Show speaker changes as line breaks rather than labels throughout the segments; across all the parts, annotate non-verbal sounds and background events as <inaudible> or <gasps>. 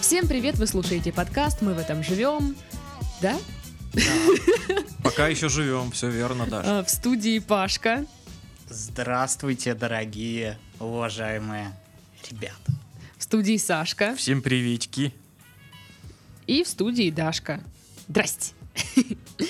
Всем привет, вы слушаете подкаст «Мы в этом живем». Да?
Пока еще живем, все верно, Даша.
А, В студии Пашка.
Здравствуйте, дорогие, уважаемые ребята.
В студии Сашка
Всем приветики.
и в студии Дашка. Здрасте. <laughs>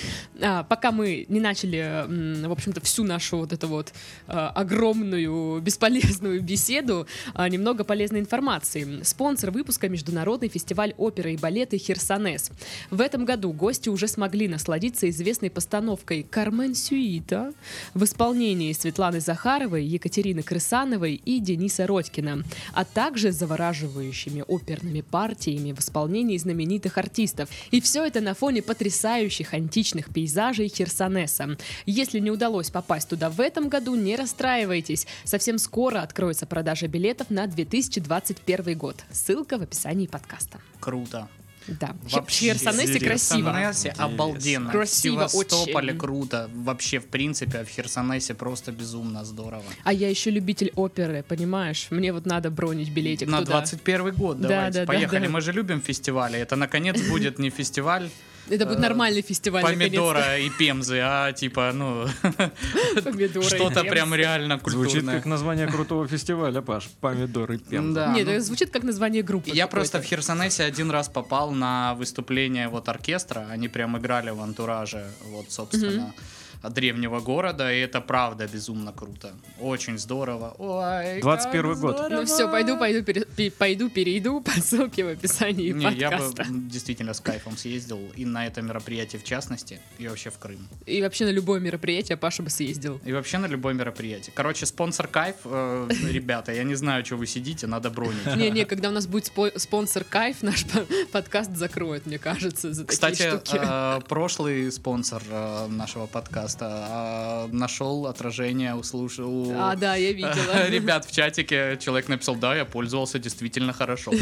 А, пока мы не начали, м, в общем-то, всю нашу вот эту вот э, огромную бесполезную беседу, а, немного полезной информации. Спонсор выпуска — Международный фестиваль оперы и балета «Херсонес». В этом году гости уже смогли насладиться известной постановкой «Кармен Сюита» в исполнении Светланы Захаровой, Екатерины Крысановой и Дениса Родькина, а также завораживающими оперными партиями в исполнении знаменитых артистов. И все это на фоне потрясающих античных пейзажей Херсонеса. Если не удалось попасть туда в этом году, не расстраивайтесь. Совсем скоро откроется продажа билетов на 2021 год. Ссылка в описании подкаста.
Круто.
Да, в
Вообще,
Херсонесе
интересно.
красиво.
Херсонесе
Интересно.
обалденно.
Красиво
в Севастополе
очень.
круто. Вообще, в принципе, а в Херсонесе просто безумно здорово.
А я еще любитель оперы, понимаешь? Мне вот надо бронить билетик
На
Типа туда.
21 год
Да,
давайте.
да, да,
Поехали.
да.
Мы же любим фестивали.
<laughs>
Это, наконец, будет не фестиваль
Это будет
э,
нормальный фестиваль.
помидора и пемзы, а типа, ну,
наконец-то. Помидоры.
что-то
и
прям
пемзы.
реально
Звучит как
культурное.
название крутого фестиваля, Паш. Помидоры пем.
Да,
Нет,
ну,
это звучит как название группы.
Я
какой-то.
просто в Херсонесе один раз попал на выступление вот оркестра, они прям играли в антураже вот собственно древнего города, и это правда безумно круто, очень здорово. Ой,
21
как
год.
Ну все, пойду, пойду, пере- пе- пойду, перейду <laughs> по ссылке в описании
Не, я бы
подкаста.
м, действительно с кайфом съездил и на это мероприятие в частности, и вообще в Крым.
И вообще на любое мероприятие Паша бы съездил.
И вообще на любое мероприятие. Короче, спонсор кайф, э, ребята, я не знаю, что вы сидите,
<laughs>
надо бронить. <laughs>
Не-не, когда у нас будет спо- спонсор кайф, наш по- подкаст закроет, мне кажется, за
Кстати,
такие штуки.
э, прошлый спонсор э, нашего подкаста э, нашел отражение у слуш- у
А, да,
э,
я видела.
<laughs> Ребят, в чатике человек написал, да, я пользовался действительно хорошо.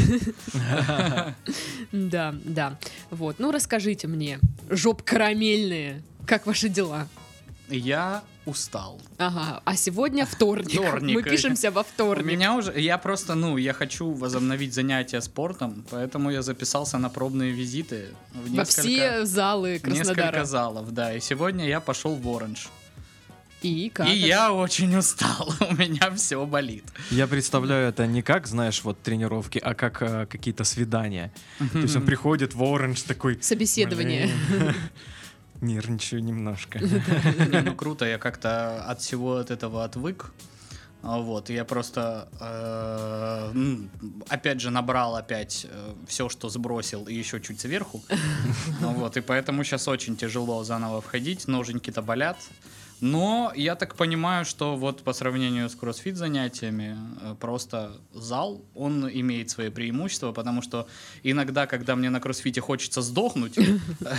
Да, да. Вот, ну расскажите мне, жоп карамельные, как ваши дела?
Я устал.
Ага, а сегодня вторник.
Вторник. э,
Мы пишемся во
У
вторник.
меня уже, я просто, ну, я хочу возобновить занятия спортом, поэтому я записался на пробные визиты
Во
в несколько,
все залы
несколько
Краснодара.
залов, да, и сегодня я пошел в Оранж.
И как?
И
это?
я очень устал, <laughs> у меня все болит.
Я представляю это не как, знаешь, вот тренировки, а как э, какие-то свидания. То есть он приходит в оранж такой...
Собеседование.
«Блин, <laughs> Нервничаю немножко.
Не, ну круто, я как-то от всего от этого отвык. А, Вот, я просто, э, м, опять же, набрал опять все, что сбросил, и еще
<laughs>
чуть сверху. Ну Вот, и поэтому сейчас очень тяжело заново входить, ноженьки-то болят. Но я так понимаю, что вот по сравнению с кроссфит занятиями, э, просто зал, он имеет свои преимущества, потому что иногда, когда мне на кроссфите
<laughs>
хочется сдохнуть, <laughs>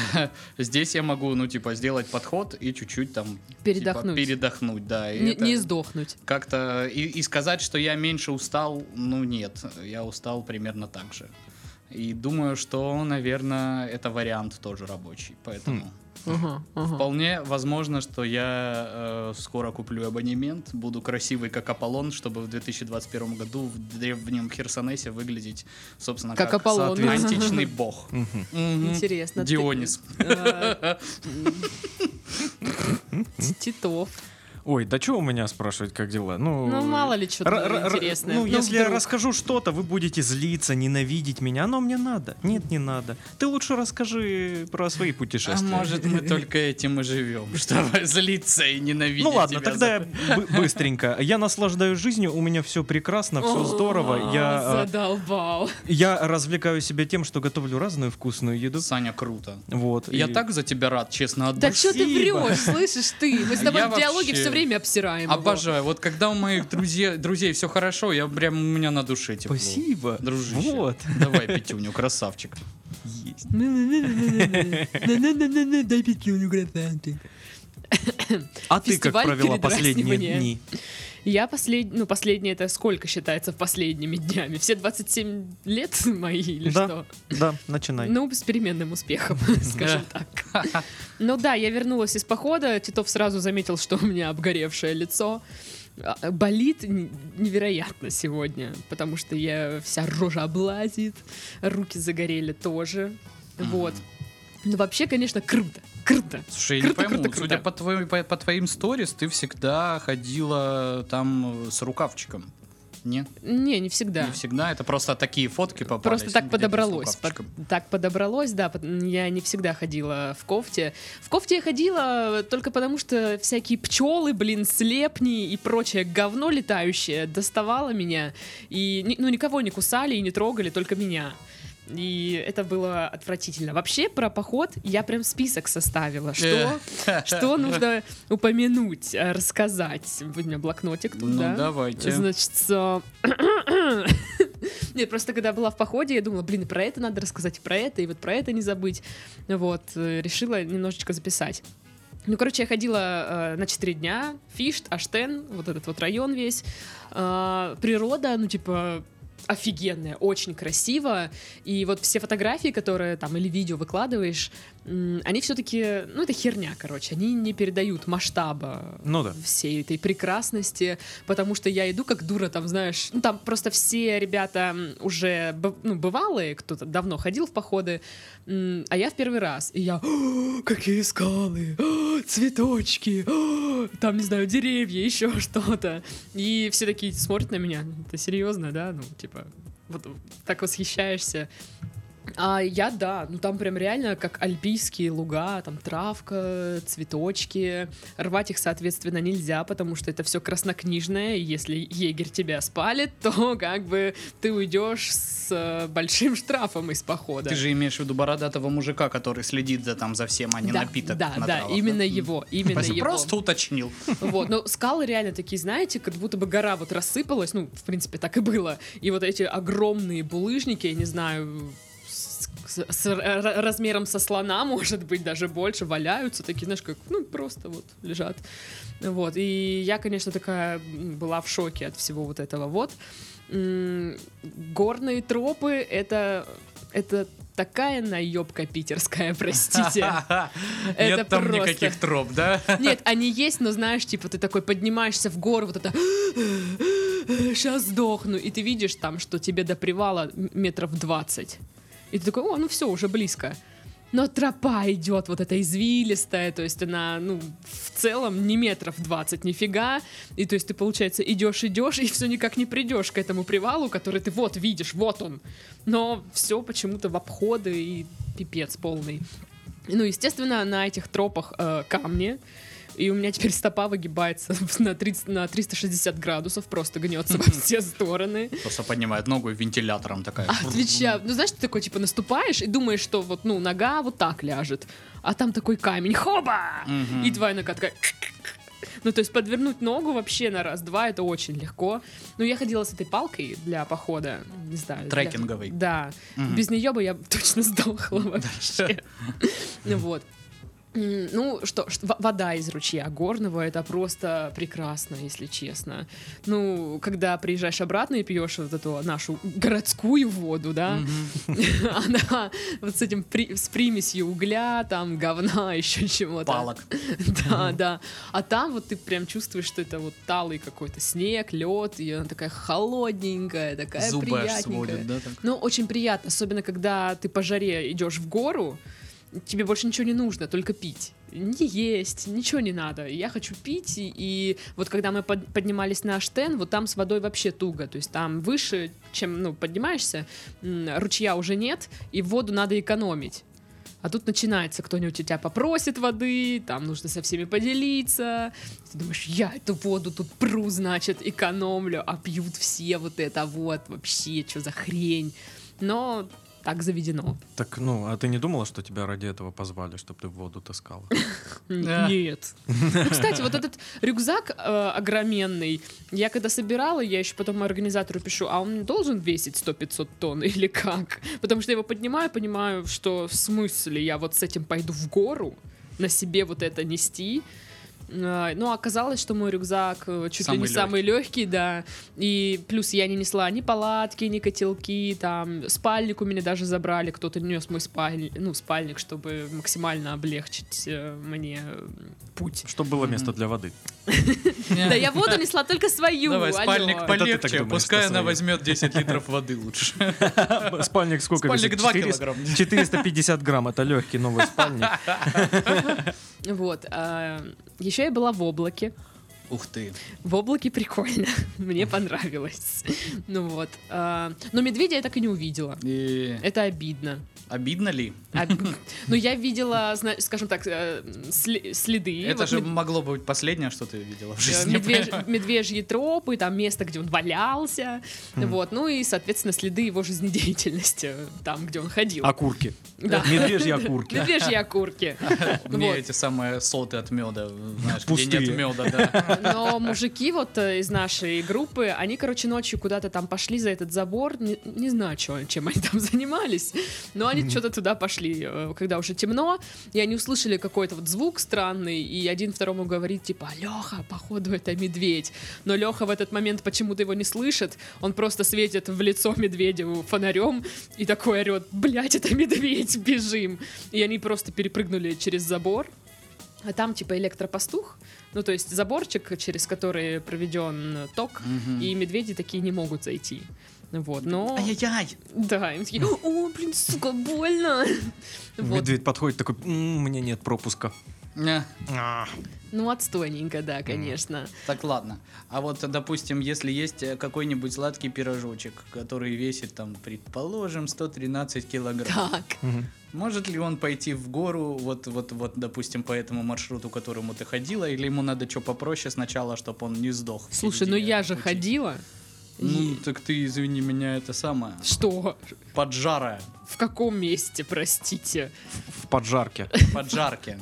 здесь я могу, ну, типа, сделать подход и чуть-чуть там... типа,
Передохнуть.
Передохнуть, да. и
Не-
это
не сдохнуть.
Как-то... И, и сказать, что я меньше устал, ну, нет. Я устал примерно так же. И думаю, что, наверное, это вариант тоже рабочий. Поэтому...
Ага, ага.
Вполне возможно, что я э, скоро куплю абонемент, буду красивый как Аполлон, чтобы в 2021 году в древнем Херсонесе выглядеть, собственно,
Как
как,
Аполлон.
<laughs> античный бог.
Мгм.
Мгм.
Интересно. ты-
Дионис.
А, м, <laughs> Титов.
Ой, да что у меня спрашивать, как дела? Ну,
Ну, мало ли что-то
р- р- р-
интересное.
Ну,
Ну,
если я
вдруг.
расскажу что-то, вы будете злиться, ненавидеть меня. Оно мне надо. Нет, не надо. Ты лучше расскажи про свои
А
путешествия.
может, мы только этим и живем, <laughs> чтобы злиться и ненавидеть
Ну ладно,
тебя
тогда
за-
я
<laughs>
бы- быстренько. Я наслаждаюсь жизнью, у меня все прекрасно, все
О,
здорово. Я, э,
Задолбал.
я развлекаю себя тем, что готовлю разную вкусную еду.
Саня, круто.
Вот.
Я
и-
так за тебя рад, честно, от
Да
души.
что ты врешь, слышишь ты?
А
Мы с тобой
Я
в диалоге
вообще
все время обсираем его. <laughs>
Обожаю. Вот когда у моих друзей, друзей все хорошо, я прям у меня на душе тепло.
Спасибо.
Дружище.
Вот.
Давай, Петюню, красавчик.
Есть.
Дай
А ты как
Фестиваль
провела последние
передразнивания.
дни?
Я последний, ну последний это сколько считается последними днями? Все 27 лет <laughs> мои или
Да.
что?
Да, начинай.
Ну, с переменным успехом, <laughs> скажем так. Ну да, я вернулась из похода. Титов сразу заметил, что у меня обгоревшее лицо. а, болит н- невероятно сегодня, потому что я вся рожа облазит, руки загорели тоже.
Мгм.
Вот. Ну, вообще, конечно, круто. Круто.
Слушай, я не
Круто,
пойму,
круто, круто.
судя по, твоим, по, по твоим сторис, ты всегда ходила там э, с рукавчиком. Не?
Не, не всегда.
Не всегда, это просто такие фотки попались. Ну,
Просто
где
так
ты с
подобралось. Под-
рукавчиком.
так подобралось, да. под- Я не всегда ходила в кофте. В кофте я ходила э, только потому, что всякие пчелы, блин, слепни и прочее говно летающее доставало меня. И ни- ну, никого не кусали и не трогали, только меня. И это было отвратительно. Вообще, про поход я прям список составила. Что, что нужно упомянуть, э, рассказать. Вот У меня блокнотик тут,
Ну,
да?
давайте.
Значит, а, <coughs> нет, просто когда была в походе, я думала, блин, и про это надо рассказать, и про это, и вот про это не забыть. Вот, э, решила немножечко записать. Ну, короче, я ходила э, на 4 дня, Фишт, Аштен, вот этот вот район весь. А, природа, ну, типа, офигенная, очень красиво. И вот все фотографии, которые там или видео выкладываешь, м, они все-таки, ну, это херня, короче, они не передают масштаба
Ну да.
всей этой прекрасности, потому что я иду как дура, там, знаешь, ну, там просто все ребята м, уже б- ну, бывалые, кто-то давно ходил в походы, м, а я в первый раз, и я, «О, какие скалы, О, цветочки, О, там, не знаю, деревья, <laughs> еще что-то, и все такие смотрят на меня, ты серьезно, да, ну, типа, вот так восхищаешься, а я, да, ну там прям реально как альпийские луга, там травка, цветочки. Рвать их, соответственно, нельзя, потому что это все краснокнижное, и если егерь тебя спалит, <laughs> то как бы ты уйдешь с э, большим штрафом из похода.
Ты же имеешь в виду бородатого мужика, который следит за там за всем, а не
да,
напиток
да,
на
да,
травах,
именно
М.
его, именно
Спасибо.
его.
Просто уточнил.
Вот, но скалы реально такие, знаете, как будто бы гора вот рассыпалась, ну, в принципе, так и было. И вот эти огромные булыжники, я не знаю, с, с- с ра- размером со слона, <laughs> может быть, даже больше, валяются такие, знаешь, как, ну, просто вот лежат. Вот, и я, конечно, такая м, была в шоке от всего вот этого вот. М, Горные тропы — это... это такая наебка питерская, <laughs>
<laughs>
простите.
Нет там
просто-
никаких троп, да?
Нет, они есть, но знаешь, типа ты такой поднимаешься в гору, вот это сейчас сдохну, и ты видишь там, что тебе до привала м- метров 20. И ты такой, о, ну все, уже близко. Но тропа идет вот эта извилистая, то есть она, ну, в целом не метров 20, нифига. И то есть ты, получается, идешь, идешь, и все никак не придешь к этому привалу, который ты вот видишь, вот он. Но все почему-то в обходы и пипец полный. Ну, естественно, на этих тропах э, камни. И у меня теперь стопа выгибается <laughs> на, 30, на 360 градусов, просто гнется во все стороны. <laughs>
Просто поднимает ногу и вентилятором такая.
Отвечаю. Ну, знаешь, ты такой, типа, наступаешь и думаешь, что вот, ну, нога вот так ляжет. А там такой камень. Хоба!
Мгм.
И твоя нога такая... <laughs> Ну, то есть подвернуть ногу вообще на раз-два это очень легко. Ну, я ходила с этой палкой для похода, не знаю. для-
Трекинговой.
Да.
Мгм.
Без нее бы я точно <laughs> сдохла вообще. Ну вот. М, Ну, что, ш- во- вода из ручья горного это просто прекрасно, если честно. Ну, когда приезжаешь обратно и пьешь вот эту нашу городскую воду, да, <laughs> она вот с этим при- с примесью угля, там, говна, <laughs> еще чего-то.
Палок.
Да, да. А там вот ты прям чувствуешь, что это вот талый какой-то снег, лед, и она такая холодненькая, такая
Зубы аж
приятненькая.
сводят, да? так?
Ну, очень приятно, особенно когда ты по жаре идешь в гору, тебе больше ничего не нужно, только пить. Не есть, ничего не надо. Я хочу пить, и, и вот когда мы под- поднимались на Аштен, вот там с водой вообще туго, то есть там выше, чем, ну, поднимаешься, м, ручья уже нет, и воду надо экономить. А тут начинается, кто-нибудь у тебя попросит воды, там нужно со всеми поделиться. Ты думаешь, я эту воду тут пру, значит, экономлю, а пьют все вот это вот, вообще, что за хрень. Но так заведено.
Так, ну, а ты не думала, что тебя ради этого позвали, чтобы ты в воду таскала?
Н-
Да.
Нет. Ну, кстати, вот этот рюкзак э, огроменный, я когда собирала, я еще потом организатору пишу, а он должен весить 100-500 тонн или как? Потому что я его поднимаю, понимаю, что в смысле я вот с этим пойду в гору, на себе вот это нести. Э, Ну, оказалось, что мой рюкзак э, чуть
Самый
ли не самый легкий, да. И плюс я не несла ни палатки, ни котелки, там спальник у меня даже забрали, кто-то нес мой спальник, ну, спальник, чтобы максимально облегчить э, мне э, путь.
Что было место
Мгм.
для воды?
Да я воду несла только свою.
Давай,
алло.
спальник
Это ты так
полегче,
думаешь,
пускай
что
она
свою.
возьмет 10 литров воды лучше.
Спальник сколько
Спальник
весит?
2
400
килограмма.
450 грамм. Это легкий новый
<laughs>
спальник.
Вот. Еще я была в облаке.
<laughs> Ух ты.
В облаке прикольно. <laughs> Мне понравилось. Ну вот. а, Но медведя я так и не увидела.
И
Это обидно.
обидно ли? <laughs>
Об- Но я видела, зна- скажем так, э, сли- следы.
Это
Вот
же
мед-
могло быть последнее, что ты видела в
э,
жизни.
медвеж-
понимаешь?
Медвежьи тропы, там место, где он валялся. Вот. Ну и, соответственно, следы его жизнедеятельности э, там, где он ходил.
Окурки.
Да.
Медвежьи окурки.
Медвежьи
<laughs>
окурки.
Мне
Вот.
эти самые соты от меда, знаешь, где
Пустые.
нет меда, да.
Но мужики вот э, из нашей группы, они, короче, ночью куда-то там пошли за этот забор. Не, не знаю, чё- чем они там <laughs> занимались. Но они что-то туда пошли, э, когда уже темно. И они услышали какой-то вот звук странный. И один второму говорит, типа, Леха, походу это медведь. Но Леха в этот момент почему-то его не слышит. Он просто светит в лицо медведеву фонарем и такой орет, блядь, это медведь, <laughs> бежим. И они просто перепрыгнули через забор. А там типа электропастух, ну то есть заборчик, через который проведен ток, <laughs>
Мгм. А
и медведи такие не могут зайти. Вот, но...
Ай-яй-яй!
Да, им такие, о, блин, сука, больно. Вот.
Медведь подходит такой, «М, мне нет пропуска.
Ня.
А.
Ну, отстойненько, да, конечно.
Так, ладно. А вот, допустим, если есть э, какой-нибудь сладкий пирожочек, который весит, там, предположим, 113 килограмм,
Так.
Мгм.
может ли он пойти в гору, вот, вот, вот, допустим, по этому маршруту, которому ты ходила, или ему надо что попроще сначала, чтобы он не сдох? в
Слушай, ну
середине
я же
пути?
ходила.
Ну,
И-
так ты, извини меня, это самое,
Что? <laughs>
поджара,
В каком месте, простите?
В поджарке.
поджарки.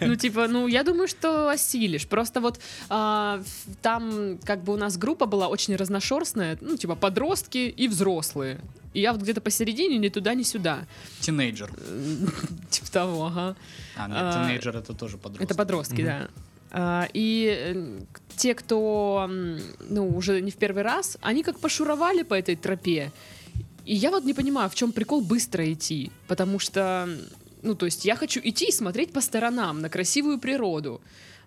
Ну, типа, ну, я думаю, что осилишь. Просто вот а, в- там, как бы у нас группа была очень разношерстная, ну, типа, подростки и взрослые. И я вот где-то посередине, ни туда, ни сюда.
Тинейджер.
Э, Типа того, ага.
А,
А,
нет, тинейджер это тоже подросток.
Это подростки,
Мгм.
да. А, И э, те, кто, м, ну, уже не в первый раз, они как пошуровали по этой тропе. И я вот не понимаю, в чем прикол быстро идти, потому что, ну, то есть я хочу идти и смотреть по сторонам на красивую природу.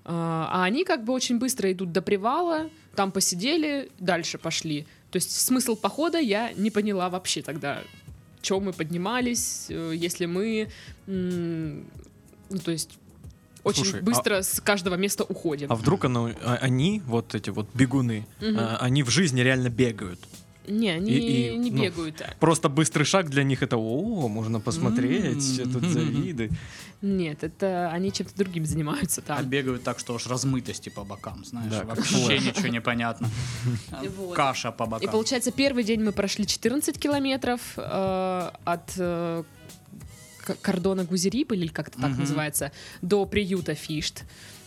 А а они как бы очень быстро идут до привала, там посидели, дальше пошли. То есть смысл похода я не поняла вообще тогда, чем мы поднимались, э, если мы, м, ну, то есть очень
Слушай, а-
быстро с каждого места уходим.
А вдруг оно- а- они, вот эти вот бегуны,
Мгм.
а, они в жизни реально бегают.
Не, они
и- и,
не
ну,
бегают.
Просто быстрый шаг для них это, о, можно посмотреть,
М.
тут завиды.
Нет, это они чем-то другим занимаются
А
там.
бегают так, что аж размытости по бокам, знаешь,
Да, как
вообще
флэш.
ничего не понятно.
<laughs> Вот.
Каша по
И
бокам.
получается, первый день мы прошли 14 километров э, от э, к- кордона Гузерип, или как это так
Мгм.
называется, до приюта Фишт.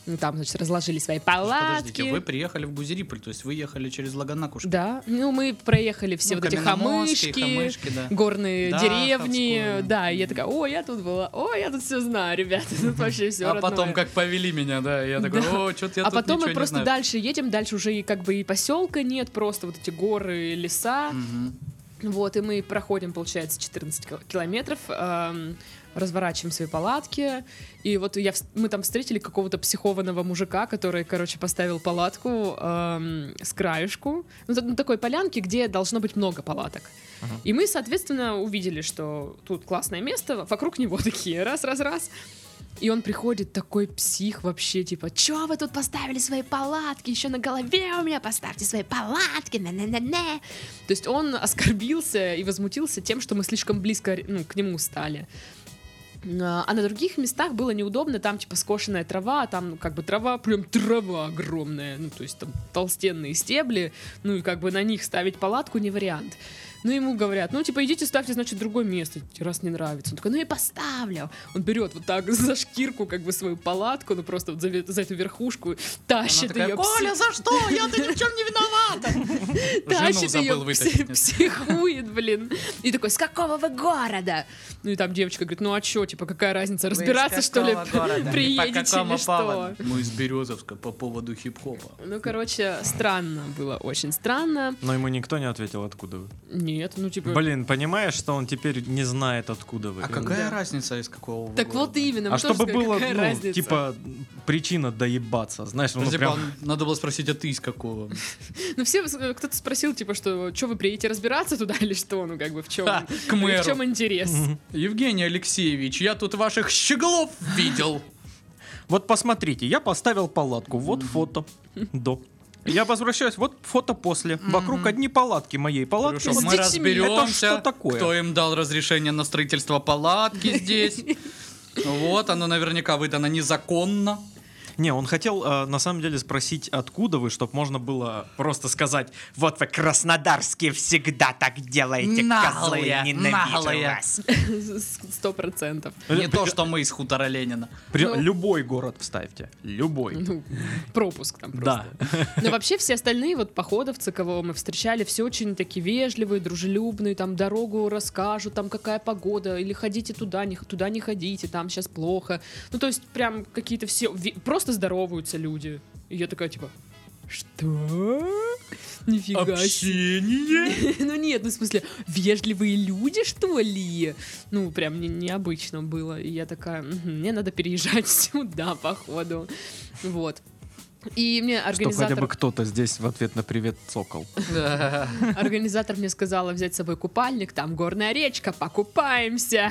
Ну, Там, значит, разложили свои палатки.
Подождите, вы приехали в Гузериполь, то есть вы ехали через Лаганакушки.
Да, ну мы проехали все
Ну,
вот эти
каменномостки,
хамышки,
хамышки, да.
горные
Да,
деревни,
Хамскую.
да, и я такая, о, я тут была, о, я тут все знаю, ребята, <laughs> тут вообще все
а потом как повели меня, да, и я такой,
ну, Да.
о, что-то я
а
тут
потом
ничего
мы
не
просто
знаю».
дальше едем, дальше уже и как бы и поселка нет, просто вот эти горы, леса,
Мгм.
вот, и мы проходим, получается, 14 кил- километров, эм, разворачиваем свои палатки, и вот я, вс- мы там встретили какого-то психованного мужика, который, короче, поставил палатку эм, с краюшку, ну, та- на такой полянке, где должно быть много палаток. И мы, соответственно, увидели, что тут классное место, вокруг него <laughs> такие раз-раз-раз, и он приходит такой псих вообще, типа, чё вы тут поставили свои палатки, еще на голове у меня поставьте свои палатки, на-на-на-на. То есть он <laughs> оскорбился и возмутился тем, что мы слишком близко ну, к нему стали. А а на других местах было неудобно, там типа скошенная трава, а там ну, как бы трава, прям трава огромная, ну то есть там толстенные стебли, ну и как бы на них ставить палатку не вариант. Ну, ему говорят, ну, типа, идите ставьте, значит, другое место, раз не нравится. Он такой, ну, я поставлю. Он берет вот так <laughs> за шкирку, как бы, свою палатку, ну, просто вот за, ве- за эту верхушку,
Она
тащит
такая,
ее.
Коля, за что? Я-то ни в чем не виновата. Жену
тащит ее,
забыл вытащить.
психует, блин. И такой, с какого вы города? Ну и там девочка говорит, ну а чё, типа, какая разница,
из
разбираться, что ли,
какого города?
приедете
По какому
или что?
поводу?
Мы из Березовска по поводу хип-хопа.
Ну, короче, странно было, очень странно.
Но ему никто не ответил, откуда вы.
Нет, ну типа...
Блин, понимаешь, что он теперь не знает, откуда вы.
А какая разница из какого вы
Так вот
города?
именно. мы
А
тоже
чтобы
сказали,
было,
какая
ну,
разница?
типа, причина доебаться. Знаешь,
Ну,
ну
типа,
прям...
Надо было спросить, а ты из какого?
Ну, все, э, кто-то спросил, типа, что, что вы приедете разбираться туда или что? Ну, как бы, в чем?
Ха, к мэру.
В чем интерес?
Евгений Алексеевич, я тут ваших щеглов видел.
Вот посмотрите, я поставил палатку, вот фото до. Я возвращаюсь, вот фото после. Вокруг одни палатки моей палатки.
Хорошо,
с
вот
мы
детьми.
Это что
разберемся,
такое?
кто им дал разрешение на строительство палатки здесь.
<laughs>
Вот, оно наверняка выдано незаконно.
Не, он хотел э, на самом деле спросить, откуда вы, чтобы можно было просто сказать, вот вы краснодарские всегда так делаете, козлы,
Наглые,
ненавижу
наглые.
вас».
<laughs> Сто процентов.
Не то, что мы из
<laughs>
хутора Ленина.
При-
Ну.
Любой город вставьте, любой.
Ну, пропуск там просто.
Да.
Но вообще все остальные вот походовцы, кого мы встречали, все очень такие вежливые, дружелюбные, там дорогу расскажут, там какая погода, или ходите туда, не, х- туда не ходите, там сейчас плохо. Ну, то есть прям какие-то все, ве- просто здороваются люди. И я такая, типа, что? Нифига себе. <laughs>
Общение.
Ну нет, ну в смысле, вежливые люди, что ли? Ну, прям не, необычно было. И я такая, «Мгм, мне надо переезжать <laughs> сюда, походу. Вот. И мне
Чтоб
организатор...
хотя бы кто-то здесь в ответ на привет цокал.
Да.
Организатор мне сказала взять с собой купальник, там горная речка, покупаемся.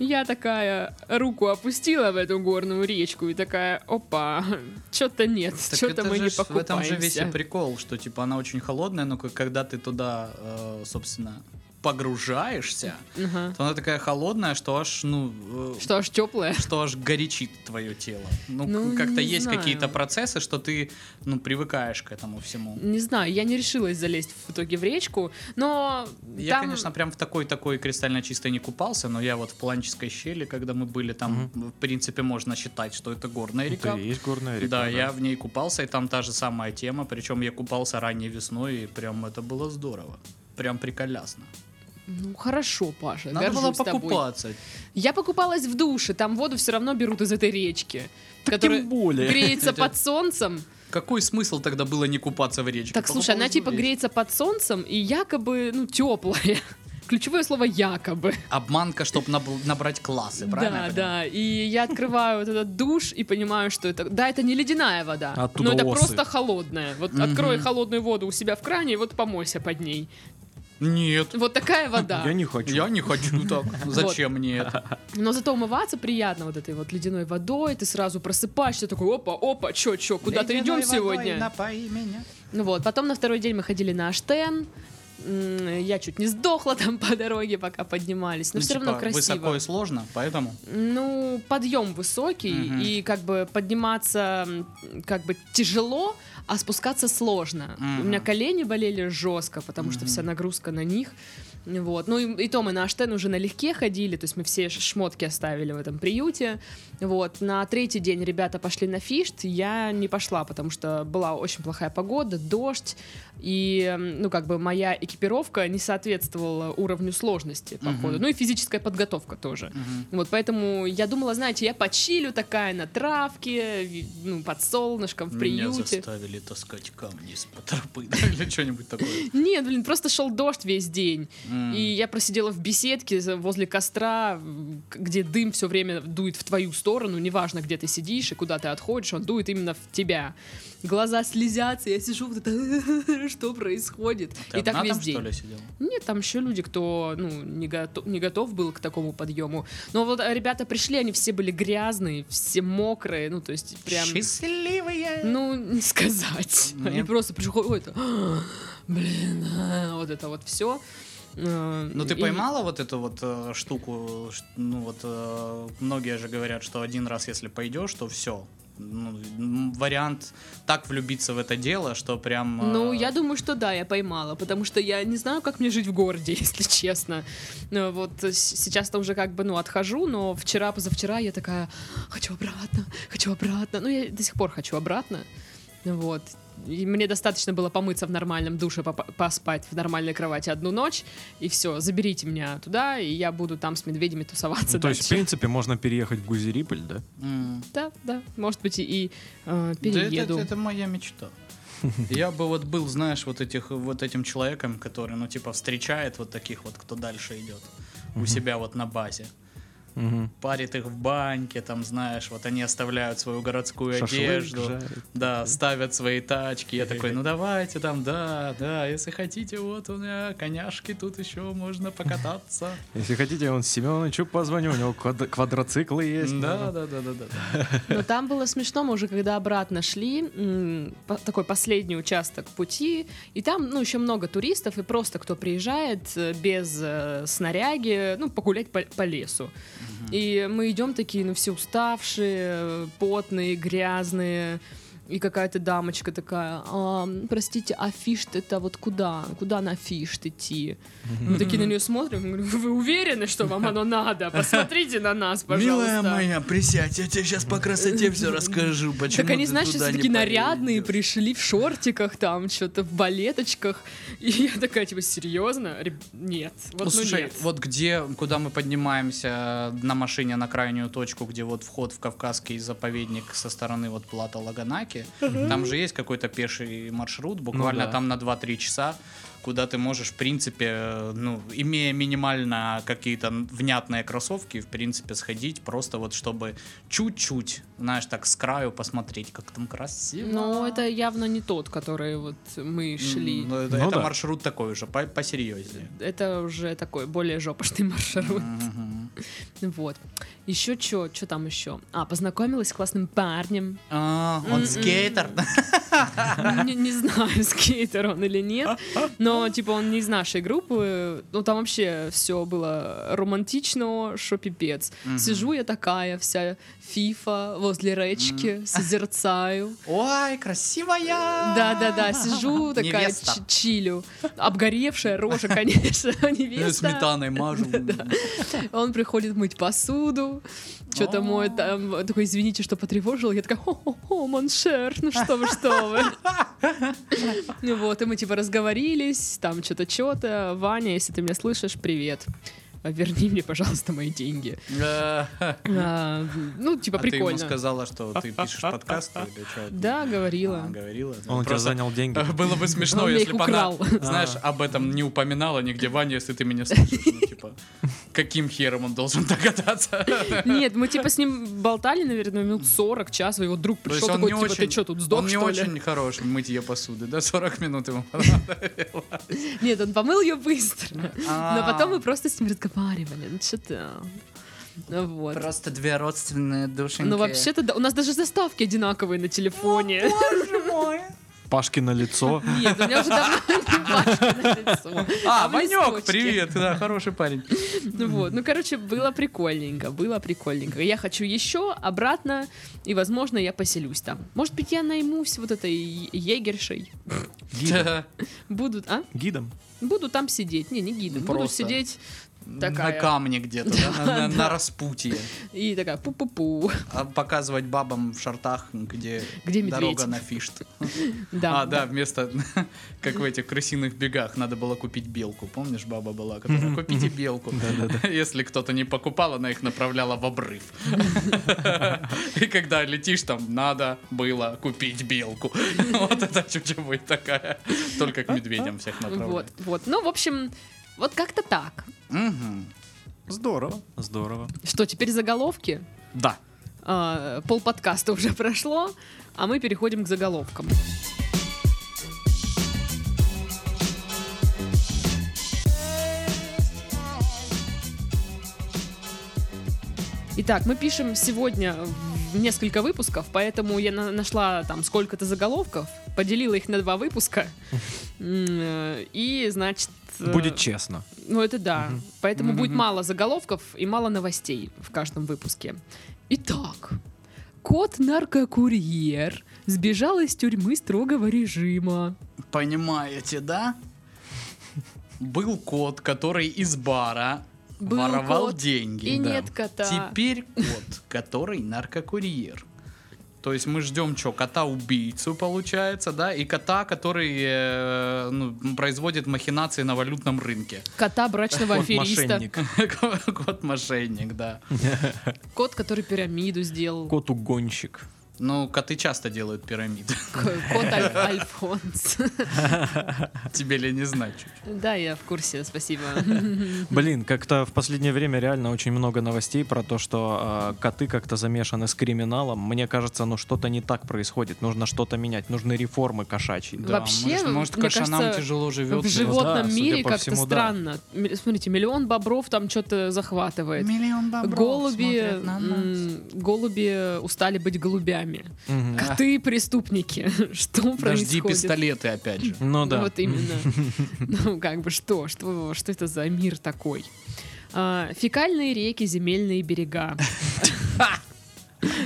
Я такая руку опустила в эту горную речку и такая, опа, что-то нет,
Так
что-то
это
мы
же
не
ж- В этом же весь и
покупаемся.
прикол, что типа она очень холодная, но к- когда ты туда, э, собственно, погружаешься,
Ага.
то она такая холодная, что аж, ну, э,
Что ж, теплое.
что аж горячит твое тело. Ну,
Ну,
к- как-то
не
есть
знаю.
какие-то процессы, что ты, ну, привыкаешь к этому всему.
Не знаю, я не решилась залезть в итоге в речку, но
Я,
там...
конечно, прям в такой-такой кристально чистой не купался, но я вот в планческой щели, когда мы были, там, в принципе, можно считать, что это горная река.
есть горная
да, я в ней купался, и там та же самая тема, причем я купался ранней весной, и прям это было здорово. Прям приколясно.
Ну, хорошо, Паша,
Надо было
горжусь тобой.
покупаться.
Я покупалась в душе, там воду все равно берут из этой речки, которая
Тем более.
греется
Это-
под солнцем.
Какой смысл тогда было не купаться в речке?
Так, слушай, она
Покупалась
типа
в речке.
греется под солнцем и якобы, ну, теплая. <laughs> Ключевое слово якобы.
Обманка, чтобы набрать классы,
да,
правильно? я понимаю?
да. И я открываю вот этот душ и понимаю, что это. Да, это не ледяная вода,
Оттуда
но это
осы.
просто холодная. Вот
А Мгм.
открой холодную воду у себя в кране и вот помойся под ней.
Нет.
Вот такая вода.
Я не хочу.
Я не хочу
<laughs>
так. Зачем мне это?
Но зато умываться приятно вот этой вот ледяной водой. Ты сразу просыпаешься, такой опа, опа, чё, чё, <laughs> куда-то идем сегодня. Ну Вот, потом на второй день мы ходили на Аштен. М, Я чуть не сдохла там <laughs> по дороге, пока поднимались. Но
Ну,
все равно
типа,
красиво.
Высоко и сложно, поэтому.
Ну, подъем высокий,
Мгм.
и как бы подниматься м, как бы тяжело, а спускаться сложно. У
Мгм.
меня колени болели жестко, потому что
Мгм.
вся нагрузка на них. Вот. Ну и, и то мы на Аштен уже налегке ходили, то есть мы все ш- шмотки оставили в этом приюте. Вот. На третий день ребята пошли на фишт, я не пошла, потому что была очень плохая погода, дождь, и, м, ну, как бы моя экипировка не соответствовала уровню сложности походу.
Мгм.
Ну и физическая подготовка тоже. Вот поэтому я думала, знаете, я почилю такая на травке, ви- ну, под солнышком, в
Меня
приюте.
заставили таскать камни из-под тропы <laughs> или что-нибудь такое.
Нет, блин, просто шел дождь весь день.
М.
И я просидела в беседке за- возле костра, м, к- где дым все время дует в твою сторону, неважно, где ты сидишь и куда ты отходишь, он дует именно в тебя. Глаза слезятся, я сижу вот это, <laughs> что происходит.
Ты
и так
одна
весь
там,
день.
что ли, сидела?
Нет, там еще люди, кто ну, не, готов, не готов был к такому подъему. Но вот э, ребята пришли, они все были грязные, все мокрые, ну то есть прям...
Счастливые!
Ну, не сказать.
Нет.
Они просто приходят, ой, это, «А, блин, а», вот это вот все.
Ну
Ну
ты поймала вот эту вот э, штуку, ш- ну вот э, многие же говорят, что один раз если пойдешь, то все, ну, м, вариант так влюбиться в это дело, что прям... э,
Ну, я думаю, что да, я поймала, потому что я не знаю, как мне жить в городе, <laughs> если честно. Ну, вот с- сейчас-то уже как бы, ну, отхожу, но вчера, позавчера я такая, хочу обратно, хочу обратно. Ну, я до сих пор хочу обратно. Вот. И мне достаточно было помыться в нормальном душе, попа- поспать в нормальной кровати одну ночь, и все, заберите меня туда, и я буду там с медведями тусоваться.
Ну, то есть, в
дальше.
принципе, можно переехать в Гузериполь, да?
м.
Да, да, может быть, и, и, э,
Да это-
перееду.
это, это моя мечта. Я бы вот был, знаешь, вот этих вот этим человеком, который, ну, типа, встречает вот таких вот, кто дальше идет у себя вот на базе.
Мгм.
Парит их в баньке, там, знаешь, вот они оставляют свою городскую
Шашлык
одежду.
жарит.
Да, ставят свои тачки. Я такой, ну давайте там, да, да, если хотите, вот у меня коняшки, тут еще можно покататься.
Если хотите, я вон Семеновичу позвоню, у него квад- квадроциклы есть.
Да, да, да, да, да.
Но там было смешно, мы уже когда обратно шли, м, по- такой последний участок пути, и там, ну, еще много туристов, и просто кто приезжает э, без э, снаряги, ну, погулять по, по лесу. И мы идем такие, ну, все уставшие, э, потные, грязные. И какая-то дамочка такая, «А, простите, а фиш-то вот куда? Куда на фиш идти? Мы такие на нее смотрим, говорим, вы уверены, что вам оно
<laughs>
надо? Посмотрите на нас, пожалуйста.
Милая моя, присядь, я тебе сейчас по красоте все расскажу, почему
Так они,
ты
знаешь, все
Ну, туда не
такие нарядные,
поедешь.
пришли в шортиках там, что-то в балеточках. <laughs> И я такая, типа, серьезно? Реб- Нет. Вот,
Ну,
ну,
слушай,
нет.
вот где, куда мы поднимаемся э, на машине на крайнюю точку, где вот вход в Кавказский заповедник со стороны вот плата Лаганаки, там же есть какой-то пеший маршрут, буквально
Ну да.
там на 2-3 часа, куда ты можешь, в принципе, э, ну, имея минимально какие-то внятные кроссовки, в принципе, сходить просто вот, чтобы чуть-чуть, знаешь, так с краю посмотреть, как там красиво.
Но это явно не тот, который вот мы Ну, шли.
Ну, это,
Ну
это
да.
маршрут такой уже, по- посерьезнее.
Это уже такой более жопошный <laughs> маршрут.
Мгм.
Вот. Еще что? Что там еще? А, познакомилась с классным парнем.
А, он
М-м.
скейтер.
Ну, Не, не знаю, <laughs> скейтер он или нет. Но, типа, он не из нашей группы. Ну, там вообще все было романтично, шо пипец.
Мгм.
Сижу я такая вся фифа возле речки,
<laughs>
созерцаю.
Ой, красивая! <laughs>
Да-да-да, сижу такая,
Невеста.
чи- чилю. Обгоревшая рожа, <laughs> конечно,
Э,
невеста. <laughs>
Сметаной мажу.
Он приходит мыть посуду, что-то
О.
моет там, такой, извините, что потревожил. Я такая, хо-хо-хо, моншер, ну что вы, что вы. Ну вот, и мы типа разговорились, там что-то, что-то. Ваня, если ты меня слышишь, привет. Верни мне, пожалуйста, мои деньги.
Э,
А, Ну, типа,
А ты ему
прикольно.
сказала, что ты пишешь подкаст а или что?
Да, говорила.
А, говорила. ну,
Он у тебя
Просто
занял
<laughs>
деньги. А.
Было бы смешно,
Он мне
если
их
бы она,
украл.
<laughs> знаешь, об этом не упоминала нигде Ваня, если ты меня слышишь.
<laughs>
Ну, типа, каким хером он должен <laughs> догадаться?
Нет, мы типа с ним болтали, наверное, минут 40, час, и его друг
То есть
пришел
он
такой,
не
типа, ты
очень-
что, тут
он
сдох,
не
что ли?
очень хорош в мытье посуды, да, 40 минут ему
Нет, он помыл ее быстро. <laughs> Но
А.
потом мы просто с ним разговаривали. Ну, что-то... Ну, Вот.
Просто две родственные душеньки.
Ну, вообще-то, да, у нас даже заставки одинаковые на телефоне.
Пашкино лицо.
Нет, у меня уже давно <laughs> не башня на лицо.
А,
в
Ванек,
листочке.
привет, да, хороший парень.
Ну вот, ну короче, было прикольненько, было прикольненько. Я хочу еще обратно, и, возможно, я поселюсь там. Может быть, я наймусь вот этой егершей.
Гидом.
Будут, а?
Гидом.
Буду там сидеть. Не, не гидом. Буду
Просто.
сидеть
На
Такая.
камне где-то, да, на- на- на распутье.
и такая пу-пу-пу.
А показывать бабам в шартах, где,
Где медведь?
дорога на фишт.
Да.
а, да, вместо, <laughs> как в этих крысиных бегах, надо было купить белку. Помнишь, баба была, которая, купите белку. Если кто-то не покупал, она их направляла в обрыв. И когда летишь, там, надо было купить белку. <laughs> Вот это чучево и такая. Только к медведям всех
Вот,
направляют.
вот. Ну, в общем, вот как-то так.
Мгм.
Здорово. Здорово.
Что, теперь заголовки?
Да.
А, Пол подкаста уже <laughs> прошло, а мы переходим к заголовкам. Итак, мы пишем сегодня в несколько выпусков, поэтому я на- нашла там сколько-то заголовков, поделила их на два выпуска. <laughs> М, э, И, значит... э,
Будет честно.
ну, это да. Поэтому будет
Мгм.
мало заголовков и мало новостей в каждом выпуске. Итак, Кот-наркокурьер сбежал из тюрьмы строгого режима.
Понимаете, да? Был кот, который из бара
Был
воровал
кот,
деньги.
и
да.
нет кота.
Теперь кот, который наркокурьер. То есть мы ждем, что кота-убийцу получается, да, и кота, который э, ну, производит махинации на валютном рынке. <laughs>
Кота брачного афериста.
Кот-мошенник.
Кот-мошенник, да.
Кот, который пирамиду сделал.
Кот-угонщик.
Ну, коты часто делают пирамиды. <laughs>
К- Кот Аль- Альфонс.
Тебе ли не знать чуть.
Да, я в курсе, спасибо.
Блин, как-то в последнее время реально очень много новостей про то, что э, коты как-то замешаны с криминалом. Мне кажется, ну что-то не так происходит. Нужно что-то менять. Нужны реформы кошачьи.
Да,
Вообще,
может, может,
мне
кошанам
кажется,
тяжело живет.
В
да.
животном
да, судя
мире
по
как-то
всему, да.
странно. М- Смотрите, миллион бобров там что-то захватывает.
Миллион бобров
голуби,
смотрят на нас.
м, голуби устали быть голубями.
Мгм.
Коты преступники. <laughs> Что
Дожди
происходит?
пистолеты, опять же.
Ну да.
Вот
<laughs>
именно. Ну, как бы что? Что что это за мир такой? А, Фекальные реки, земельные берега.
<laughs>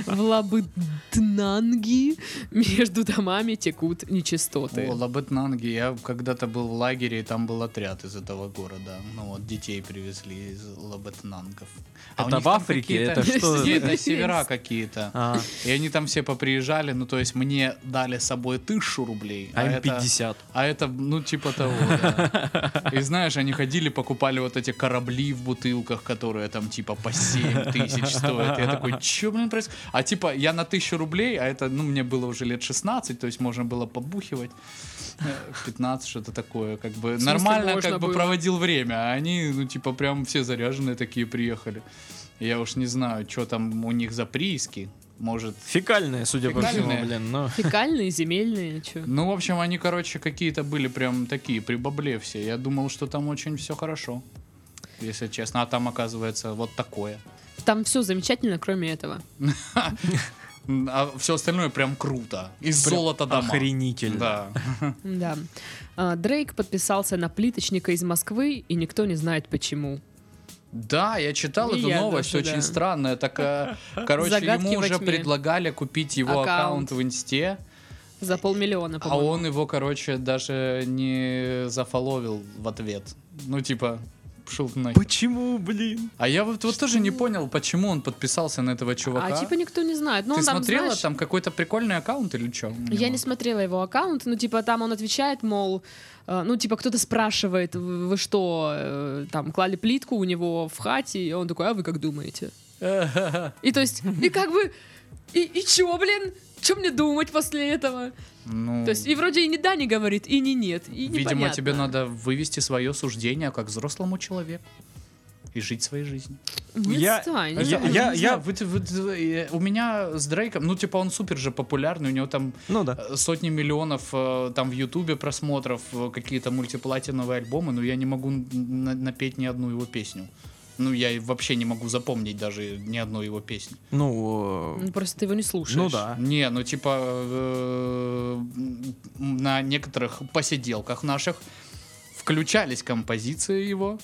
В Лабытнанги между домами текут нечистоты.
О, Лабытнанги. Я когда-то был в лагере, и там был отряд из этого города. Ну вот, детей привезли из Лабытнангов. А у
Это
них
в
там
Африке?
какие-то-
Это что? <laughs>
Нет, это севера какие-то.
А,
И они там все поприезжали, ну то есть мне дали с собой тысячу рублей.
а им
это-
50.
А это, ну, типа того, да. И знаешь, они ходили, покупали вот эти корабли в бутылках, которые там, типа, по 7 тысяч стоят. Я такой, чё, блин, происходит? А, типа, я на тысячу рублей, а это, ну, мне было уже лет 16, то есть можно было побухивать. э, 15, что-то такое. Как бы
смысле,
нормально,
можно
как бы,
было?
проводил время. А они, ну, типа, прям все заряженные такие приехали. Я уж не знаю, что там у них за прииски. Может,
Фекальные, судя по
Фекальные?
всему, блин. Ну.
Фекальные, земельные, чё?
Ну, в общем, они, короче, какие-то были прям такие, при бабле все. Я думал, что там очень все хорошо, если честно. А там, оказывается, вот такое.
Там все замечательно, кроме этого.
М, А все остальное прям круто. Из золота дома.
Охренительно.
Да.
Да. А, Дрейк подписался на плиточника из Москвы, и никто не знает почему.
Да, я читал
И
эту
я
новость,
тоже,
очень
да.
странная.
<laughs>
Так, э, короче,
Загадки
ему
во
уже
тьме.
предлагали купить его аккаунт,
Аккаунт.
в инсте,
За полмиллиона,
а
по-моему.
он его, короче, даже не зафоловил в ответ. Ну, типа, шел ты нахер.
Почему, блин?
А я вот, вот тоже не понял, почему он подписался на этого чувака.
А типа никто не знает. Но
Ты
он там,
смотрела
знаешь,
Ну, там какой-то прикольный аккаунт или что?
Я не смотрела его аккаунт, ну, типа, там он отвечает, мол, э, ну, типа, кто-то спрашивает, вы вы что, э, там, клали плитку у него в хате, и он такой, а вы как думаете? И то есть, и как бы, и, и чё, блин? Чё мне думать после этого?
<laughs> Ну,
То есть, и вроде и не да не говорит, и не нет, и
видимо,
непонятно.
тебе надо вывести свое суждение как взрослому человеку и жить своей жизнью.
Нет,
Я-
Стань,
я-
ну,
я-
Не знаю, вы- вы- вы- у меня с Дрейком, ну типа он супер же популярный, у него там
Ну да.
э, сотни миллионов э, там в Ютубе просмотров, э, какие-то мультиплатиновые альбомы, но я не могу н- на- напеть ни одну его песню. Ну я и вообще не могу запомнить даже ни одной его песни.
Ну, э,
ну, Просто ты его не слушаешь.
ну да.
Не, ну типа э, м, на некоторых посиделках наших включались композиции его.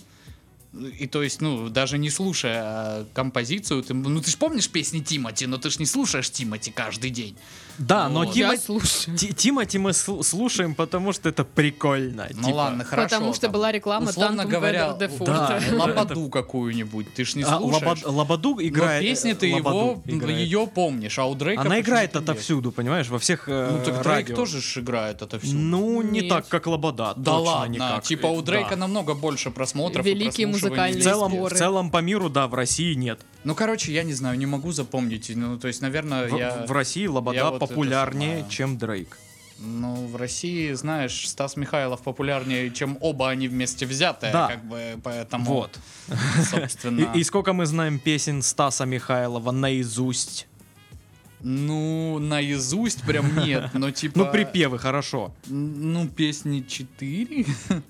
И то есть, ну, даже не слушая а, композицию, ты, ну ты же помнишь песни Тимати, но ты же не слушаешь Тимати каждый день.
Да, но
Вот.
Я
Тима-
слушаю.
Ти- Тимати мы сл- слушаем, потому что это прикольно.
Ну
типа.
ладно, хорошо.
Потому что
там,
была реклама
условно
«Танк
говоря,
Бэддер де Форта».
<laughs>
да, это-
Лободу какую-нибудь, ты ж не
А,
слушаешь.
Лобод- Лободу играет.
но песни ты
э,
его,
Лободу играет.
ее помнишь, а у Дрейка...
Она
почему-то
играет
нет.
отовсюду, понимаешь, во всех э,
Ну так Дрейк
радио.
тоже ж играет отовсюду.
Ну, не
Нет.
так, как Лобода.
Да
точно
ладно,
никак.
типа у Дрейка
Да.
намного больше просмотров. и
Великие
прослушиваний.
музыкальные
В целом,
споры.
в целом по миру, да, в России нет.
Ну, короче, я не знаю, не могу запомнить. Ну, то есть, наверное,
В,
я...
в России
я
Лобода
вот это
популярнее,
самое.
чем Дрейк.
Ну, в России, знаешь, Стас Михайлов популярнее, чем оба они вместе взятые.
Да.
Как бы, поэтому...
Вот. И,
Собственно.
<laughs> и сколько мы знаем песен Стаса Михайлова наизусть?
Ну, наизусть прям нет, но типа...
Ну, припевы, хорошо.
Ну, песни 4.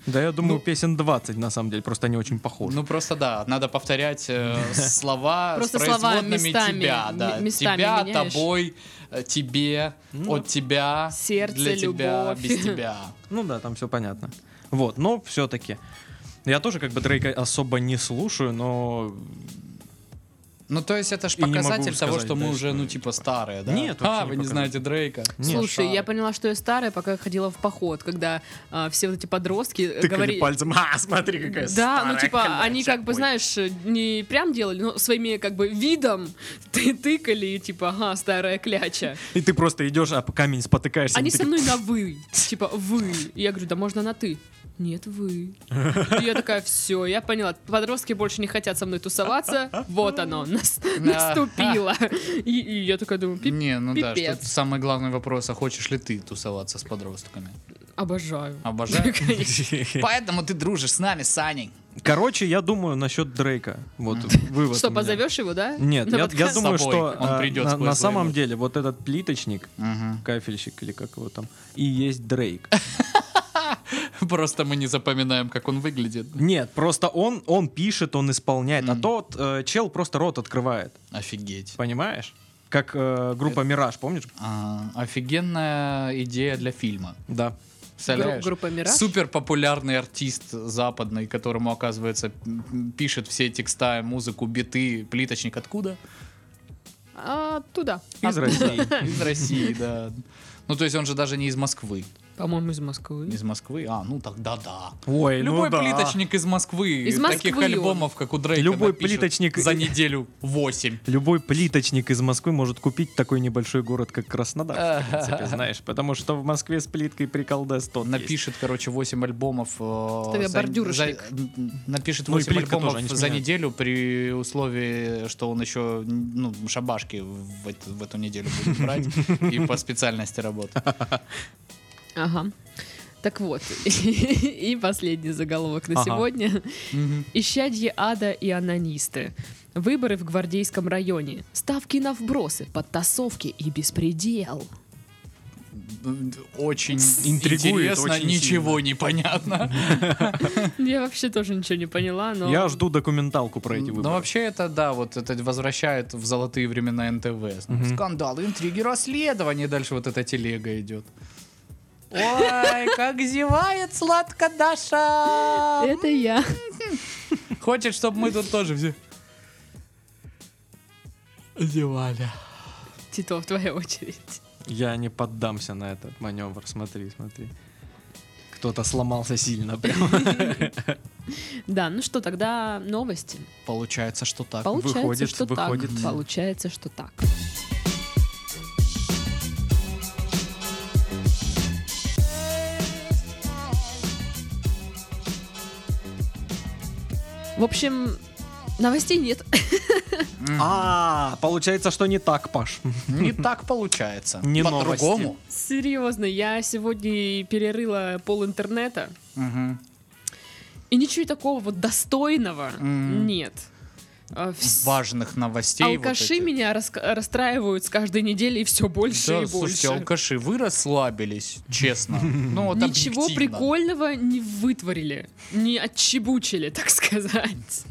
Да, я думаю,
Ну-
песен 20, на самом деле, просто они очень похожи.
Ну, просто да, надо повторять
<laughs>
э, слова
Просто
с
слова
производными
местами,
тебя. Да.
м- местами
тебя,
меняешь.
тобой, э, тебе,
Ну,
от тебя,
сердце,
для тебя,
любовь. <laughs>
без тебя.
Ну да, там все понятно. Вот, но все-таки. Я тоже как бы Дрейка особо не слушаю, но
Ну, то есть это ж
И не могу
показатель того,
сказать,
что мы
да,
уже,
что
ну,
это
типа,
такое.
старые, да?
Нет, вообще
А,
не
вы не
показатель.
знаете Дрейка.
Нет,
Слушай, я
старый.
поняла, что я старая, пока ходила в поход, когда а, все вот эти подростки э,
Тыкали
говорили...
<laughs>
пальцем, а, смотри, какая
Да, ну
старая
типа, они
кляча».
как бы,
Ой.
знаешь, не прям делали, но своими как бы видом ты тыкали, и типа, ага, старая кляча.
И ты просто идешь, а по камень спотыкаешься.
Они
и ты
со
так-
мной на вы. Типа, вы. И я говорю, да можно на ты. Нет, вы. И я такая, все, я поняла. Подростки больше не хотят со мной тусоваться. Вот
<laughs>
оно, нас- наступило. И, и я такая думаю, пип,
Не, ну да,
пипец.
что самый главный вопрос, а хочешь ли ты тусоваться с подростками?
обожаю. <laughs>
Обожаю. Поэтому ты дружишь с нами, Саней.
Короче, я думаю насчет Дрейка.
<laughs>
Вот вывод.
Что,
у меня.
позовешь его, да?
Нет,
На
я, я
подкаст?
думаю,
С собой.
что
Он
а,
придет
на,
сквозь
на самом
лавину.
деле вот этот плиточник, кафельщик или как его там, и есть Дрейк. <laughs>
Просто мы не запоминаем, как он выглядит.
Нет, просто он, он пишет, он исполняет, а тот э, чел просто рот открывает,
Офигеть.
понимаешь? Как э, группа Мираж, помнишь?
А, Офигенная идея для фильма.
Да.
Представляешь?
группа «Мираж»?
Супер популярный артист западный, которому, оказывается, м, м, пишет все текста, музыку, биты, плиточник откуда?
А, туда.
Из России.
Из России, да. Ну, то есть он же даже не из Москвы.
По-моему, из Москвы.
Из Москвы? А, ну тогда да.
Ой, ну
Любой
да.
плиточник из Москвы.
Из
Таких
Москвы он.
альбомов, как у Дрейка,
Любой
напишет
плиточник-
за неделю 8.
Любой плиточник из Москвы может купить такой небольшой город, как Краснодар, в
Э,
<laughs> принципе, знаешь, потому что в Москве с плиткой приколдес тот
Он напишет, короче, 8 альбомов. э,
Тогда
за-
бордюры
за-
шли.
м, Напишет
Ну и
8
плитка
альбомов
тоже, они ж
за
меняют.
неделю при условии, что он еще ну, шабашки в, эт- в эту неделю
<laughs>
будет брать и по специальности работать.
Ага. Так вот, <laughs> и последний заголовок на
Ага.
сегодня.
Мгм.
Ищадье ада и анонисты. Выборы в гвардейском районе. Ставки на вбросы, подтасовки и беспредел.
Очень
Интригует
интересно,
очень
ничего не понятно.
Я вообще тоже ничего не поняла, но...
Я жду документалку <laughs> про эти выборы.
Но ну, вообще это, да, вот это возвращает в золотые времена НТВ. Скандалы, интриги, расследования. И Дальше вот эта телега
<laughs>
идет. Ой, как зевает сладко Даша!
Это я.
Хочет, чтобы мы тут тоже все... Зевали.
Титов, твоя очередь.
Я не поддамся на этот маневр. Смотри, смотри. Кто-то сломался сильно прям.
Да, ну что, тогда новости.
Получается, что так.
Получается,
выходит,
что
выходит.
так. Получается, что так. В общем, новостей нет. <laughs>
А, получается, что не так, Паш.
<laughs> Не так получается.
Не
По-другому.
Серьезно, я сегодня перерыла пол интернета,
Мгм.
и ничего такого вот достойного
Мгм.
нет. А, вс-
Важных новостей. вот
А Алкаши
этих.
меня раск- расстраивают с каждой недели и все больше
Да,
и больше.
слушайте, алкаши, вы расслабились, честно. <laughs> Ну, вот
Ничего
объективно.
прикольного не вытворили, не отчебучили, так
<laughs>
сказать.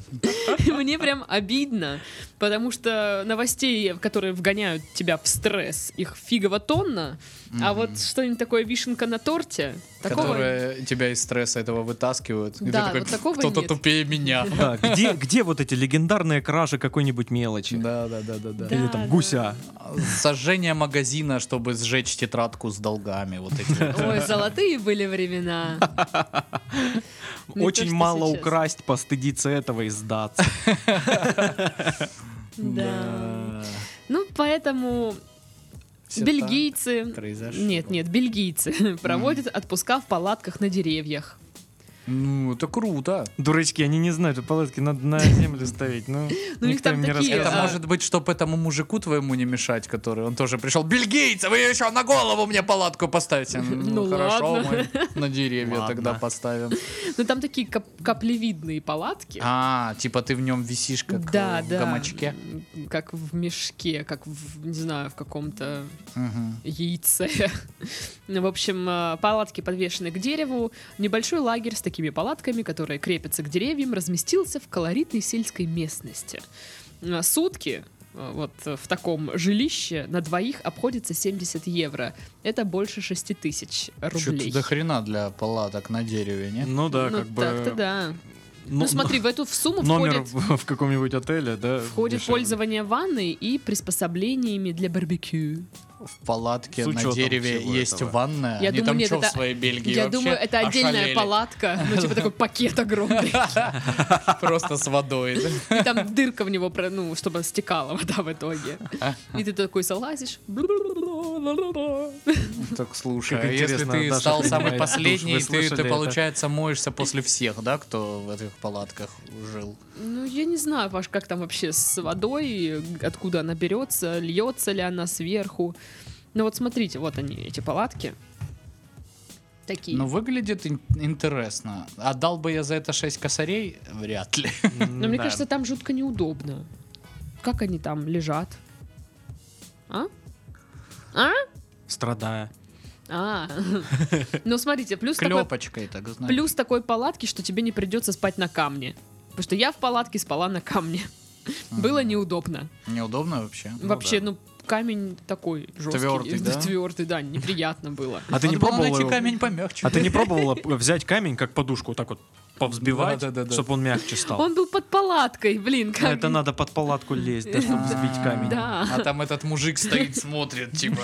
Мне прям обидно, потому что новостей, которые вгоняют тебя в стресс, их фигово тонна, а вот что-нибудь такое вишенка на торте, такого...
Которые тебя из стресса этого вытаскивают. И ты
Да,
такой,
вот такого
кто-то
нет».
тупее
<laughs>
меня.
Да, где, где вот эти легендарные кражи какой-нибудь мелочи?
Да, да, да, да, да.
Да.
Или там гуся.
Сожжение магазина, чтобы сжечь тетрадку с долгами. Вот эти вот. <laughs>
Ой, золотые были времена. Не то,
Очень
что
мало
сейчас.
украсть, постыдиться этого и <laughs> сдаться.
<laughs> Да. Ну, поэтому
Всё
бельгийцы...
так произошло.
Нет, нет, бельгийцы проводят отпуска в палатках на деревьях.
Ну, это круто.
Дурачки, они не знают, что палатки надо на землю ставить. Ну,
Ну, у них
никто
там
им не
такие,
рассказывал.
Это
а,
может быть, чтобы этому мужику твоему не мешать, который он тоже пришел. Бельгийцы, вы еще на голову мне
<laughs>
палатку поставите. Ну,
Ну,
хорошо,
ладно.
мы на деревья
Ладно.
тогда поставим.
Ну, там такие кап- каплевидные палатки.
А, типа ты в нем висишь, как
да,
э, в
да.
гамачке.
М, Как в мешке, как в, не знаю, в каком-то
Мгм.
яйце. <laughs> Ну, в общем, э, палатки подвешены к дереву. Небольшой лагерь с такими палатками, которые крепятся к деревьям, разместился в колоритной сельской местности. Э, Сутки э, вот э, в таком жилище на двоих обходится 70 евро. Это больше 6 тысяч
Чё-то
рублей.
до хрена для палаток на дереве, не?
Ну да,
ну,
как бы.
так-то да. Ну, смотри, в эту в сумму
номер
входит,
в, в каком-нибудь отеле, да?
входит
дешевле.
пользование ванной и приспособлениями для барбекю.
В палатке
Ну, С
на
учетом
дереве
всего
есть
этого.
ванная.
Я
Они
думаю,
там
нет,
чё
это-
в своей Бельгии
Я
вообще
думаю, это отдельная
ошалели?
палатка, ну типа такой пакет
<laughs>
огромный,
Просто
<laughs>
с водой. да.
и там дырка в него, про- ну, чтобы стекала вода в итоге. И ты такой залазишь.
Так слушай,
Как
а если
интересно,
ты
Даша
стал
принимает
самый
душ,
последний,
вы
ты,
слышали
ты
это?
получается, моешься после всех, да, кто в этих палатках жил?
Ну, я не знаю, Паш, как там вообще с водой, откуда она берется, льется ли она сверху. Ну вот смотрите, вот они, эти палатки. Такие.
Ну, выглядит ин- интересно. Отдал бы я за это 6 косарей? Вряд ли.
Но мне кажется, там жутко неудобно. Как они там лежат? А? А?
Страдая. <laughs>
А. Ну, смотрите, плюс такой,
Клепочкой, так знаешь.
плюс такой палатки, что тебе не придется спать на камне. Потому что я в палатке спала на камне. Было неудобно.
Неудобно вообще.
Вообще, ну, камень такой жесткий.
Твёрдый, да?
Твердый, да, неприятно
<laughs>
было.
А ты не
Надо было
пробовала?
найти
его-
камень помягче.
А ты не пробовала п- взять камень как подушку, вот так вот повзбивать,
Да-да-да-да.
чтобы он мягче стал?
Он был под палаткой, блин,
А
камень.
Это надо под палатку лезть, да, чтобы взбить камень.
Да.
А там этот мужик стоит, смотрит, <laughs> типа,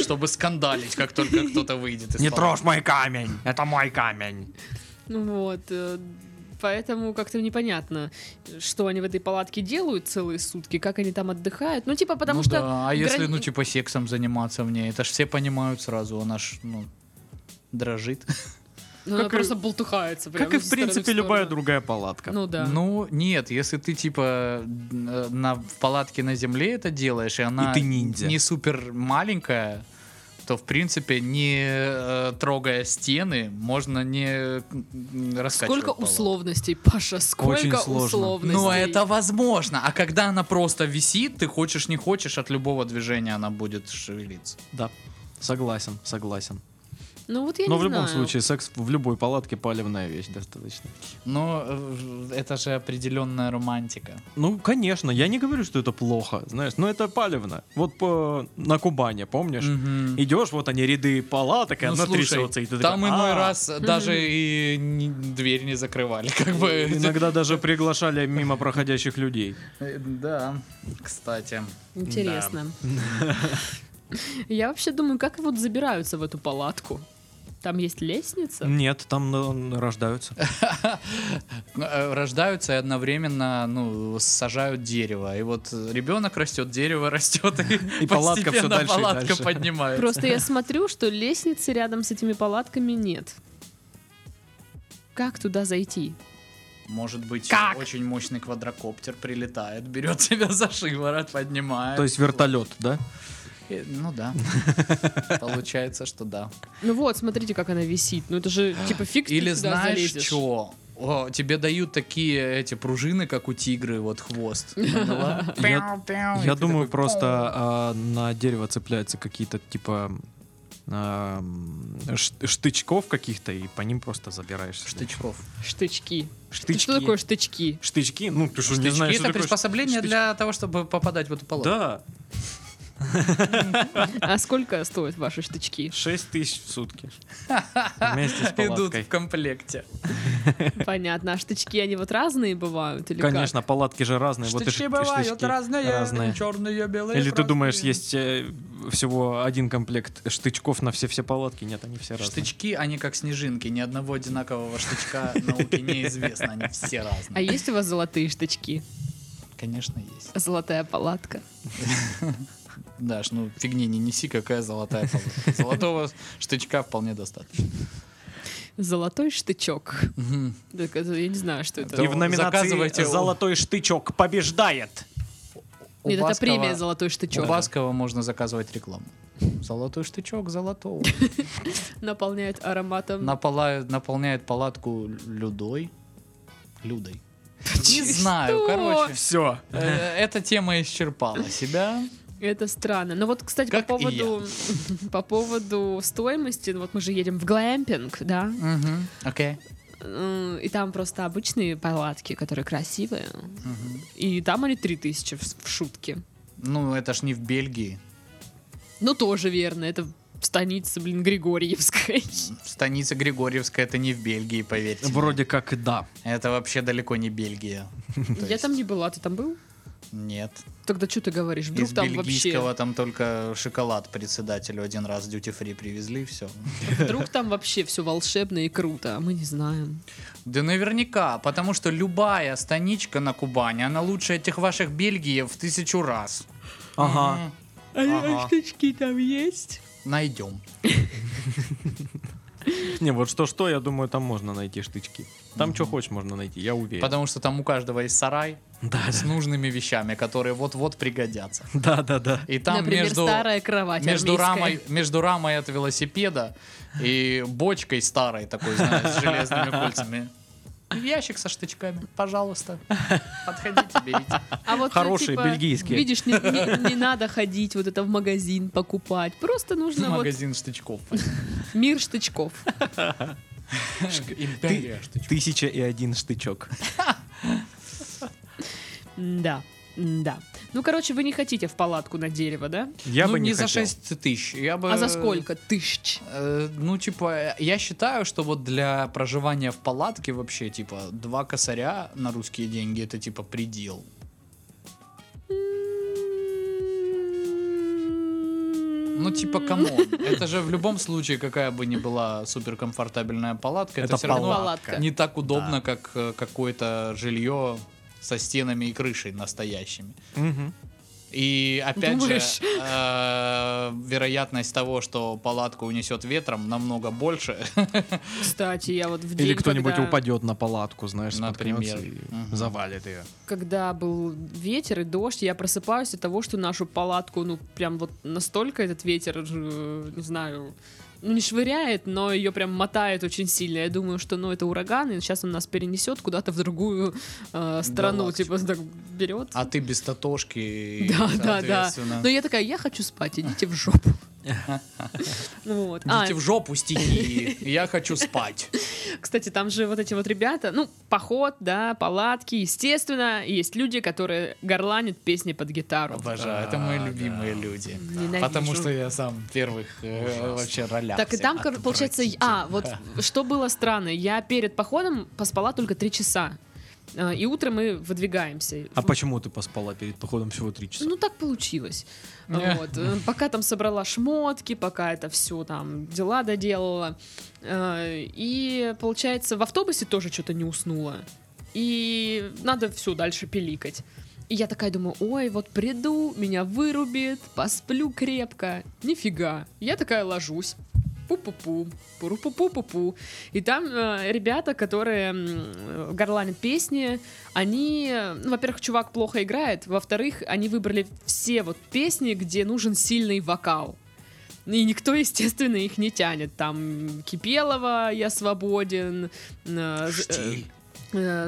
чтобы скандалить, как только кто-то выйдет из
Не
палатки.
трожь мой камень, это мой камень.
Вот. э, Поэтому как-то непонятно, что они в этой палатке делают целые сутки, как они там отдыхают. Ну, типа, потому
Ну
что...
да, а если,
грани-
ну, типа, сексом заниматься в ней, это ж все понимают сразу, она ж, ну, дрожит.
Ну, она
как и-
просто болтыхается. прям
Как и
из
в
стороны
принципе
сторону.
любая другая палатка.
Ну да.
Ну, нет, если ты, типа, э, на, в палатке на земле это делаешь, и она
И ты ниндзя.
не супер маленькая, то, в принципе, не э, трогая стены, можно не э, раскачивать
сколько
палатку.
условностей, Паша, сколько
сложно. а
условностей.
Ну, это возможно. А когда она просто висит, ты хочешь, не хочешь, от любого движения она будет шевелиться.
Да. Согласен, согласен.
Ну, вот я
Но
не
в любом
знаю.
случае, секс в любой палатке палевная вещь достаточно.
Но э, это же определенная романтика.
Ну, конечно, я не говорю, что это плохо, знаешь, но это палевно. Вот по на Кубани, помнишь?
Мгм.
Идешь, вот они ряды палаток, и
Ну,
одна
слушай,
трясется, и ты
там
такой,
иной
«А». <laughs>
раз даже и не- дверь не закрывали, как бы. <laughs>
Иногда даже приглашали мимо проходящих людей.
Э, Да, кстати.
<laughs>
Интересно. Я вообще думаю, как вот забираются в эту палатку? Там есть лестница?
Нет, там ну, рождаются.
Э, Рождаются и одновременно, ну, сажают дерево. И вот ребенок растет, дерево растет, и,
<laughs>
<laughs>
И палатка всё
постепенно
дальше и
палатка
дальше.
<laughs>
поднимается.
Просто я смотрю, что лестницы рядом с этими палатками нет. Как туда зайти?
Может быть,
Как?
очень мощный квадрокоптер прилетает, берет <laughs> тебя за шиворот, поднимает.
То есть вертолет, да?
Э, Ну
<laughs>
да. Получается, что да.
Ну вот, смотрите, как она висит. Ну это
<gasps>
же типа фиг
Или
ты туда
знаешь
залезешь.
что? О, тебе дают такие эти пружины, как у тигры,
<laughs>
вот хвост. Поняла?
Я-
Пяу-пяу, А, и
Я
ты
думаю,
такой,
просто
«Пум».
а, на дерево цепляются какие-то типа а, м, ш- штычков каких-то, и по ним просто забираешься.
Штычков.
Штычки.
Штычки.
Что такое штычки?
Штычки? Ну, ты что, не
Штычки
знаешь, что
это
такое
приспособление
штыч-
для того, чтобы попадать в эту палатку.
Да, <laughs>
А сколько стоят ваши штычки?
6 тысяч в
<laughs>
сутки. Вместе с
Идут
палаткой.
в комплекте.
Понятно. А штычки, они вот разные бывают? Или как?
Конечно, палатки же разные. вот и
Штычки
штыч-
бывают
штычки
разные,
разные.
черные, белые.
Или ты
красные.
думаешь, есть э, всего один комплект штычков на все-все палатки? Нет, они все разные.
Штычки, они как снежинки. Ни одного одинакового штычка науки неизвестно. Они все
А
разные.
есть у вас золотые штычки?
Конечно, есть.
Золотая палатка.
Даш, ну фигни не неси, какая золотая палатка. Золотого штычка вполне достаточно.
Золотой штычок.
Мгм.
<laughs> Так это Я не знаю, что это.
Да.
И в номинации
Заказывайте у-
«Золотой штычок» побеждает.
У
Нет, это
Баскова-
премия «Золотой
У
штычок».
Баскова можно заказывать рекламу. Золотой штычок
<laughs>
золотого.
Наполняет ароматом.
Напала- Наполняет палатку людой. Людой. Не
Что?
знаю, короче.
Все.
Э, Эта тема исчерпала себя.
Это странно. Но вот, кстати,
Как и
по поводу <laughs> по поводу стоимости, ну вот мы же едем в глэмпинг, да,
Окей.
Э, и там просто обычные палатки, которые красивые,
Мгм.
и там они 3000 в, в шутке.
Ну, это ж не в Бельгии.
Ну тоже верно, это станица, блин, Григорьевская. <laughs>
Станица Григорьевская это не в Бельгии, поверьте.
Вроде как да.
Это вообще далеко не Бельгия.
Я
То есть,
там не была, ты там был?
Нет.
Тогда что ты говоришь? Вдруг
Из
там
бельгийского
вообще...
там только шоколад председателю один раз дьюти фри привезли, все.
Вдруг там вообще все волшебно и круто, а мы не знаем.
Да наверняка, потому что любая станичка на Кубани, она лучше этих ваших Бельгиев в тысячу раз. М-м.
Ага.
М,
А
Ага.
штучки там есть?
Найдем.
Не, вот что-что, я думаю, там можно найти штычки. Там что хочешь можно найти, я уверен.
Потому что там у каждого есть сарай
Да, <laughs>
с нужными вещами, которые вот-вот пригодятся.
да, да, да.
И там
Например,
между,
старая кровать
между,
армейская.
рамой, между рамой от велосипеда и бочкой старой такой, знаешь, с железными кольцами. Ящик со штычками, пожалуйста. Подходите, берите.
<laughs> А вот, ну,
Хорошие,
типа,
бельгийские.
Видишь, не, не- не надо ходить вот это в магазин покупать. Просто нужно Ну, вот
Ну Магазин штычков.
мир штычков.
Империя штычков.
Тысяча и один штычок.
Да. Да. Ну, короче, вы не хотите в палатку на дерево, да?
Я
ну,
бы не
за
хотел.
6 тысяч. Я бы...
А за сколько? Тысяч.
Э, Ну, типа, я считаю, что вот для проживания в палатке вообще, типа, два косаря на русские деньги, это, типа, предел. Ну, типа, камон. Это же в любом случае, какая бы ни была суперкомфортабельная палатка, это,
Это
все равно
палатка.
не так удобно, как э, какое-то жилье со стенами и крышей настоящими.
Мгм.
И опять
Думаешь?
же, э, вероятность того, что палатку унесет ветром, намного больше.
Кстати, я вот в день,
Или кто-нибудь
когда,
упадет на палатку, знаешь, споткнется
Например.
и
Мгм.
завалит ее.
когда был ветер и дождь, я просыпаюсь от того, что нашу палатку, ну, прям вот настолько этот ветер, э, не знаю, ну, не швыряет, но ее прям мотает очень сильно. Я думаю, что, ну, это ураган, и сейчас он нас перенесет куда-то в другую э, страну,
Галактику.
типа, так берет.
А ты без татошки,
<laughs>
и,
Да, Ну, да, да.
соответственно.
Но я такая, я хочу спать, идите в
<laughs>
жопу. Вот. А,
Идите в жопу стихии,
<laughs>
я хочу спать.
кстати, там же вот эти вот ребята, ну, поход, да, палатки, естественно, есть люди, которые горланят песни под гитару.
Обожаю, это мои любимые люди.
Ненавижу.
Потому что я сам в первых э, вообще ролях.
Так, и там, кор- получается, я- а, вот что было странно, я перед походом поспала только три часа, Э, и утром мы выдвигаемся.
А почему ты поспала перед походом всего три часа?
Ну, так получилось.
Не.
Вот. Э, Пока там собрала шмотки, пока это все там дела доделала. Э, И, получается, в автобусе тоже что-то не уснула. И надо все дальше пиликать. И я такая думаю, ой, вот приду, меня вырубит, посплю крепко. Нифига. Я такая ложусь. Пу-пу-пу, пу-пу-пу-пу-пу. И там э, ребята, которые м, э, горланят песни, они, э, ну, во-первых, чувак плохо играет, во-вторых, они выбрали все вот песни, где нужен сильный вокал. И никто, естественно, их не тянет. Там Кипелова «Я свободен», э, з- э, <laughs>
Штиль.
э,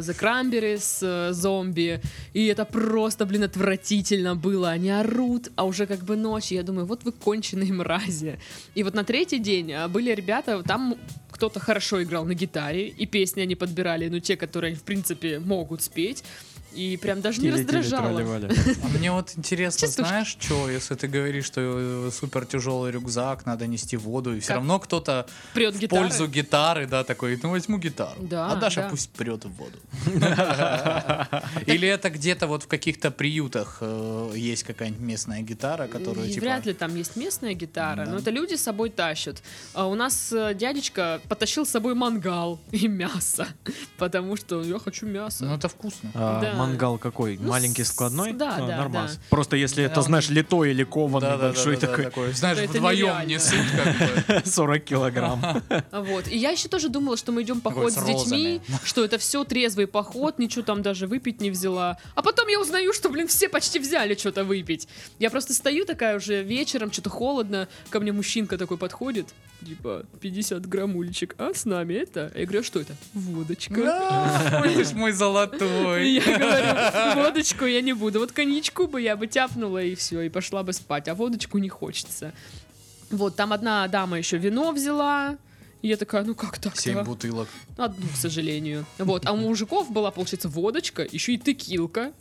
The Cranberries, э, зомби. И это просто, блин, отвратительно было. Они орут, а уже как бы ночь. И Я думаю, вот вы конченые мрази. И вот на третий день э, были ребята, там кто-то хорошо играл на гитаре, и песни они подбирали, ну, те, которые, в принципе, могут спеть. И прям даже не
Тили-тили,
раздражало.
трали-вали.
<laughs>
А Мне вот интересно,
Частушки.
знаешь, что, если ты говоришь, что супер тяжелый рюкзак, надо нести воду, и все
Как?
равно кто-то
Прет
в
гитара.
пользу гитары, да, такой, ну возьму гитару.
Да,
а Даша
да.
пусть прет
<laughs>
в воду. Или это где-то вот в каких-то приютах э, есть какая-нибудь местная гитара, которую
И
типа...
Вряд ли там есть местная гитара,
Да.
но это люди с собой тащат. А у нас э, дядечка потащил с собой мангал и мясо, <laughs> потому что я хочу мясо.
Ну это вкусно.
А,
Да.
Мангал какой?
Ну,
Маленький
с-
складной?
да,
А,
да,
нормас.
да.
Просто если
Да,
это,
он-
знаешь, лито или кованый
Да-да-да-да-да,
большой такой,
такой. Знаешь,
Да это
вдвоем
нереально.
несут
<laughs>
как
<laughs>
бы.
40 килограмм.
Вот. И я еще тоже думала, что мы идем поход
Такой с
с, детьми,
розами.
что это все трезвый поход, ничего там даже выпить не взяла. А потом я узнаю, что, блин, все почти взяли что-то выпить. Я просто стою такая уже вечером, что-то холодно, ко мне мужчинка такой подходит, типа, 50 граммулечек, а с нами это? Я говорю, «А что это? Водочка.
Да, Ой, ты ж мой
И
золотой.
я говорю, водочку я не буду. Вот коньячку бы я бы тяпнула и все, и пошла бы спать. А водочку не хочется. Вот, там одна дама еще вино взяла. И я такая, ну как так-то?
Семь бутылок.
Одну, к сожалению. Вот. А у мужиков была, получается, водочка, еще и текилка.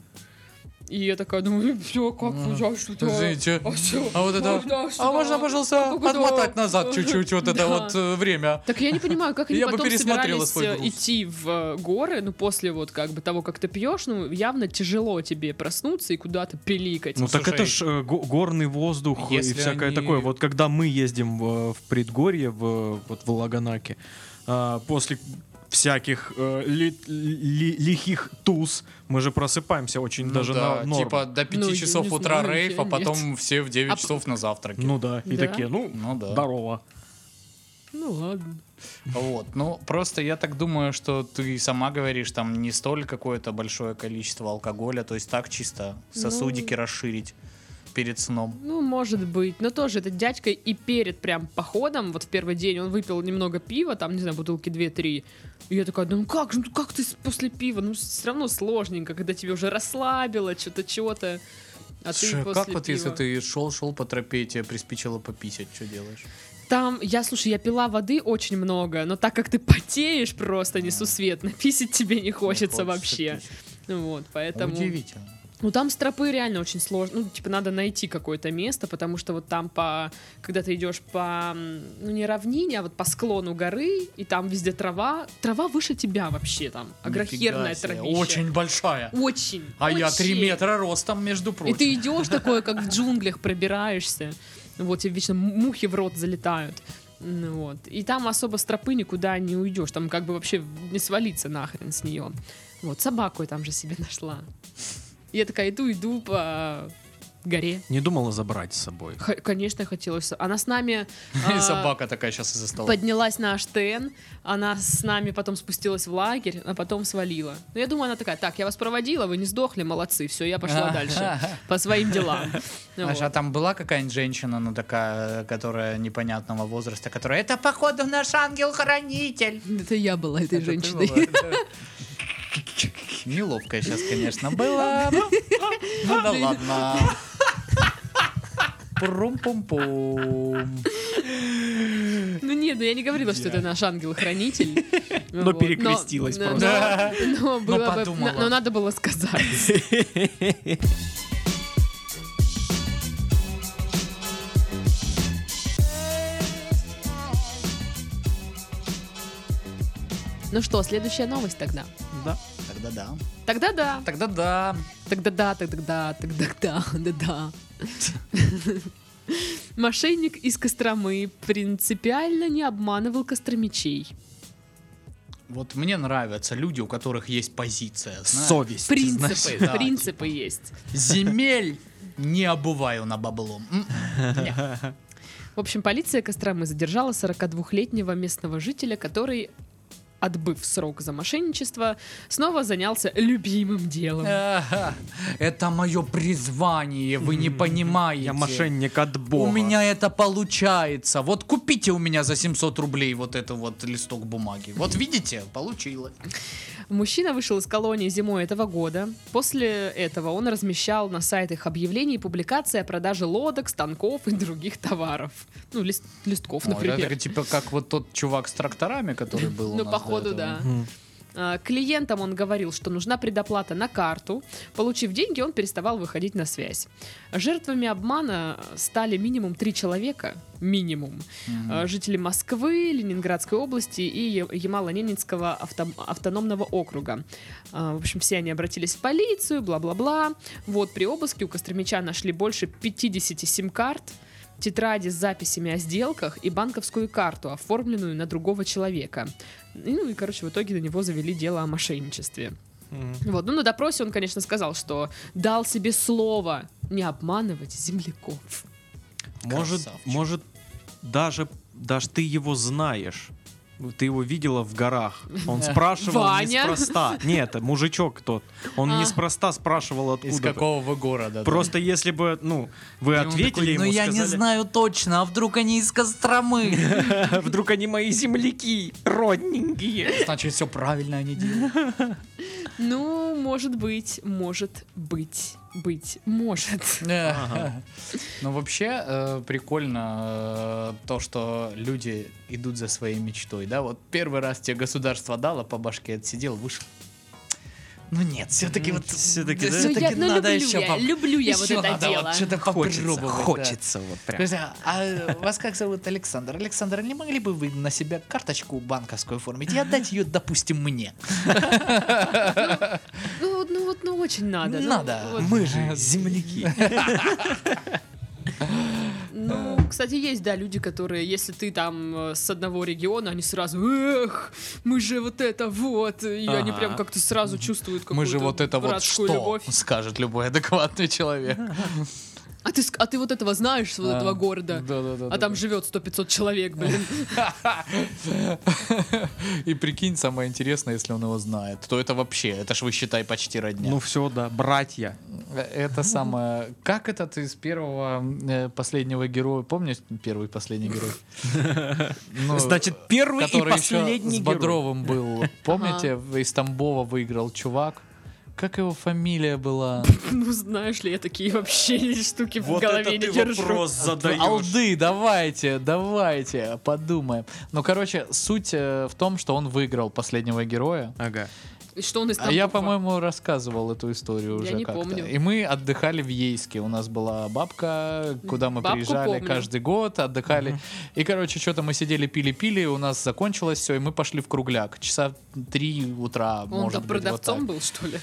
И я такая думаю, все, как а, что то
Извините.
А, всё,
А вот это-
можно, что-то,
А можно, пожалуйста,
как-то-
отмотать назад чуть-чуть вот это
Да.
вот э, время?
Так я не понимаю, как они
Я бы
потом
пересмотрела
собирались
свой
э,
груз.
идти в э, горы, ну, после вот как бы того, как ты пьешь, ну, явно тяжело тебе проснуться и куда-то пиликать.
Ну так
Слушай,
это ж э, го- горный воздух и
если
всякое
они-
такое. Вот когда мы ездим в, в предгорье, в, вот в Лаганаке, а, после всяких э, ли- ли- лихих туз, мы же просыпаемся очень
Ну
даже
да,
на норм.
типа до 5
Ну, я
часов
не
утра
знаю,
рейв,
я
а потом все в 9
А
часов на завтраке.
Ну да, и
Да.
такие, ну,
Ну да.
здорово.
Ну ладно.
Вот. Ну, просто я так думаю, что ты сама говоришь, там не столь какое-то большое количество алкоголя, то есть так чисто сосудики расширить перед сном.
Ну, может быть. Но тоже этот дядька и перед прям походом, вот в первый день, он выпил немного пива, там, не знаю, бутылки 2-3. И я такая, ну как же, ну как ты с- после пива? Ну, все равно сложненько, когда тебе уже расслабило, что-то, чего-то. А
Слушай,
ты
а
после
как вот
пива-
если ты шел-шел по тропе, и тебе приспичило пописать,
<laughs>
что делаешь?
Там, я, слушай, я пила воды очень много, но так как ты потеешь просто несусветно, <laughs> писать тебе не хочется,
Не
вообще.
писать.
Ну Вот, поэтому...
Удивительно.
Ну, там с тропы реально очень сложно. Ну, типа, надо найти какое-то место, потому что вот там по... Когда ты идешь по... м, Ну, не равнине, а вот по склону горы, и там везде трава. Трава выше тебя вообще там. Агрохерная
Нифига себе,
травища.
Очень большая.
Очень.
А я
очень.
3 метра ростом, между
И
прочим.
ты идешь такое, как в джунглях пробираешься. Вот тебе вечно м- мухи в рот залетают. Ну Вот. И там особо с тропы никуда не уйдешь. Там как бы вообще не свалиться нахрен с нее. Вот, собаку я там же себе нашла. Я такая иду, иду по горе.
Не думала забрать с собой.
Х- конечно, хотелось. Она с
<laughs>
нами...
И
а,
собака такая сейчас из-за стола.
Поднялась на ТН, она с нами потом спустилась в лагерь, а потом свалила. Ну, я думаю, она такая, так, я вас проводила, вы не сдохли, молодцы, все, я
<laughs>
пошла дальше по своим делам. Ну
Знаешь,
вот.
а там была какая-нибудь женщина, ну такая, которая непонятного возраста, которая, это походу наш ангел-хранитель.
Это я была этой
Это ты
женщиной.
была, да. Неловкая сейчас, конечно, была. Ну да ладно. Прум-пум-пум.
<laughs> Ну нет, ну я не говорила, что это наш
<laughs>
ангел-хранитель. Ну
Но
вот.
перекрестилась
но-
просто.
но- <laughs> Но было бы-
подумала.
но надо было сказать. <laughs> Ну что, следующая новость тогда.
Да.
Тогда да.
Тогда да.
Тогда да.
Тогда да, тогда да, тогда да, да да. Мошенник из Костромы принципиально не обманывал костромичей.
Вот мне нравятся люди, у которых есть позиция. знаешь.
Совесть.
Принципы,
да,
принципы есть.
Земель не обуваю на баблом. М.
В общем, полиция Костромы задержала 42-летнего местного жителя, который, отбыв срок за мошенничество, снова занялся любимым делом.
Ага. Это мое призвание, вы не понимаете.
Я мошенник от
У
бога.
меня это получается. Вот купите у меня за 700 рублей вот это вот листок бумаги. Вот видите, получила.
Мужчина вышел из колонии зимой этого года. После этого он размещал на сайтах объявлений и публикации о продаже лодок, станков и других товаров. Ну, лист- листков, например.
типа как вот тот чувак с тракторами, который был
Ну, походу, да.
Мгм.
А, Клиентам он говорил, что нужна предоплата на карту. Получив деньги, он переставал выходить на связь. Жертвами обмана стали минимум три человека. Минимум. А, Жители Москвы, Ленинградской области и Я- Ямало-Ненецкого авто- автономного округа. А, В общем, все они обратились в полицию, бла-бла-бла. Вот, при обыске у Костромича нашли больше 50 сим-карт, тетради с записями о сделках и банковскую карту, оформленную на другого человека. И, Ну и, короче, в итоге на него завели дело о мошенничестве.
Мгм.
Вот. Ну, на допросе он, конечно, сказал, что дал себе слово не обманывать земляков.
Может,
Красавчик.
может даже, даже ты его знаешь. Ты его видела в горах.
<laughs>
Он спрашивал
Ваня?
неспроста. Нет, мужичок тот. Он
А.
неспроста спрашивал откуда.
Из
ты.
какого вы города? да?
Просто если бы, ну, вы
И он
ответили
такой,
ему,
Ну я не
сказали,
знаю точно, а вдруг они из <laughs> Костромы?
<laughs> вдруг они мои земляки,
<laughs>
родненькие.
Значит, все правильно они делают.
Ну, может быть, может быть, быть, может.
<laughs> Ага. Но вообще э, прикольно э, то, что люди идут за своей мечтой, да? Вот первый раз тебе государство дало по башке, отсидел, вышел.
Ну нет, все-таки вот все-таки
Ну, я, ну, люблю, я, люблю я вот
Ещё
это
надо
дело.
вот что-то
Хочется,
попробовать. да.
хочется вот прям.
Подожди,
А вас как зовут Александр? Александр, не могли бы вы на себя карточку банковскую оформить и отдать ее, допустим, мне?
Ну, вот, ну вот, ну очень надо. ну, вот.
Мы же земляки.
Ну,
э,
кстати, есть, да, люди, которые, если ты там э, с одного региона, они сразу, эх, мы же вот это вот, и они
Ага.
прям как-то сразу чувствуют какую-то
Мы же вот это вот что,
братскую любовь.
скажет любой адекватный человек.
А ты, ск- а ты вот этого знаешь, с вот
А,
этого города?
да-да-да,
А там
да-да.
живет 100-500 человек, блин.
<laughs> И прикинь, самое интересное, если он его знает, то это вообще, это ж вы считай почти родня.
Ну все, да, братья.
Это самое. Как этот из первого э, последнего героя, помнишь первый и последний <laughs> герой? Ну,
Значит, первый и
который еще
последний <laughs>
с
герой.
Бодровым был. Помните, из Тамбова выиграл чувак. Как его фамилия <laughs> была?
Ну, знаешь ли, я такие вообще <laughs> эти штуки в
Вот
голове
это
не
ты
держу.
<laughs>
вопрос задаешь.
Алды, давайте, давайте, подумаем. Ну, короче, суть э, в том, что он выиграл последнего героя.
Ага.
И Что он из
А я,
Тамбова?
по-моему, рассказывал эту историю
Я
уже
не
как-то.
помню.
И мы отдыхали в Ейске. У нас была бабка, куда мы
Бабку
приезжали
помню.
каждый год, отдыхали. И, короче, что-то мы сидели, пили-пили, у нас закончилось все, и мы пошли в кругляк. Часа три утра,
Он
может
там
быть, вот
продавцом
так.
был, что ли?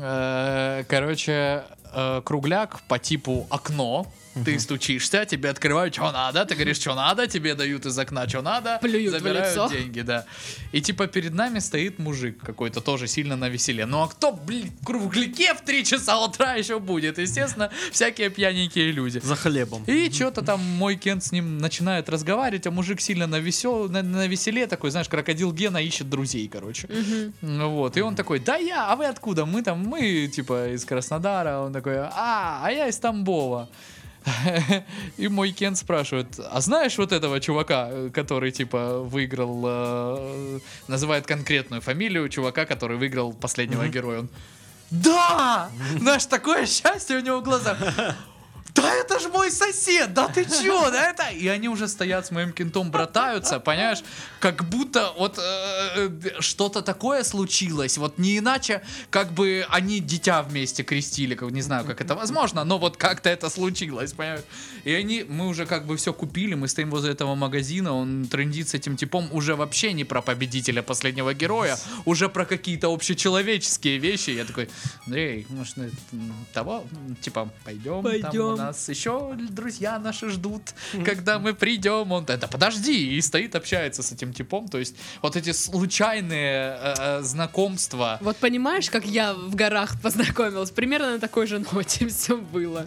Э, Короче, э, кругляк по типу окно. Ты стучишься, тебе открывают, что надо, ты говоришь, что надо, тебе дают из окна, что надо,
Плюют в
забирают
лицо.
деньги, да. И типа перед нами стоит мужик какой-то тоже сильно на веселе. Ну а кто, блин, в кругляке в 3 часа утра еще будет? Естественно, всякие пьяненькие люди.
За хлебом.
И что-то там мой Кент с ним начинает разговаривать, а мужик сильно на, весел, на, на веселе такой, знаешь, крокодил Гена ищет друзей, короче. Ну Вот, и он такой, да я, а вы откуда? Мы там, мы, типа, из Краснодара. Он такой, а, а я из Тамбова. <laughs> И мой Кен спрашивает, а знаешь вот этого чувака, э, который, типа, выиграл, э, называет конкретную фамилию чувака, который выиграл последнего героя? Он, да! Наш такое <laughs> счастье у него в глазах. Да это же мой сосед, да ты чё, да это... И они уже стоят с моим кентом, братаются, понимаешь, как будто вот э, э, что-то такое случилось, вот не иначе, как бы они дитя вместе крестили, как, не знаю, как это возможно, но вот как-то это случилось, понимаешь. И они, мы уже как бы все купили, мы стоим возле этого магазина, он трендит с этим типом уже вообще не про победителя последнего героя, уже про какие-то общечеловеческие вещи. Я такой, Андрей, может, э, того, м, типа, пойдем, там у
Пойдем.
нас еще друзья наши ждут, когда мы придем. Он, да подожди, и стоит, общается с этим типом. То есть вот эти случайные э, э, знакомства,
Вот понимаешь, как я в горах познакомилась? Примерно на такой же ноте <laughs> все было.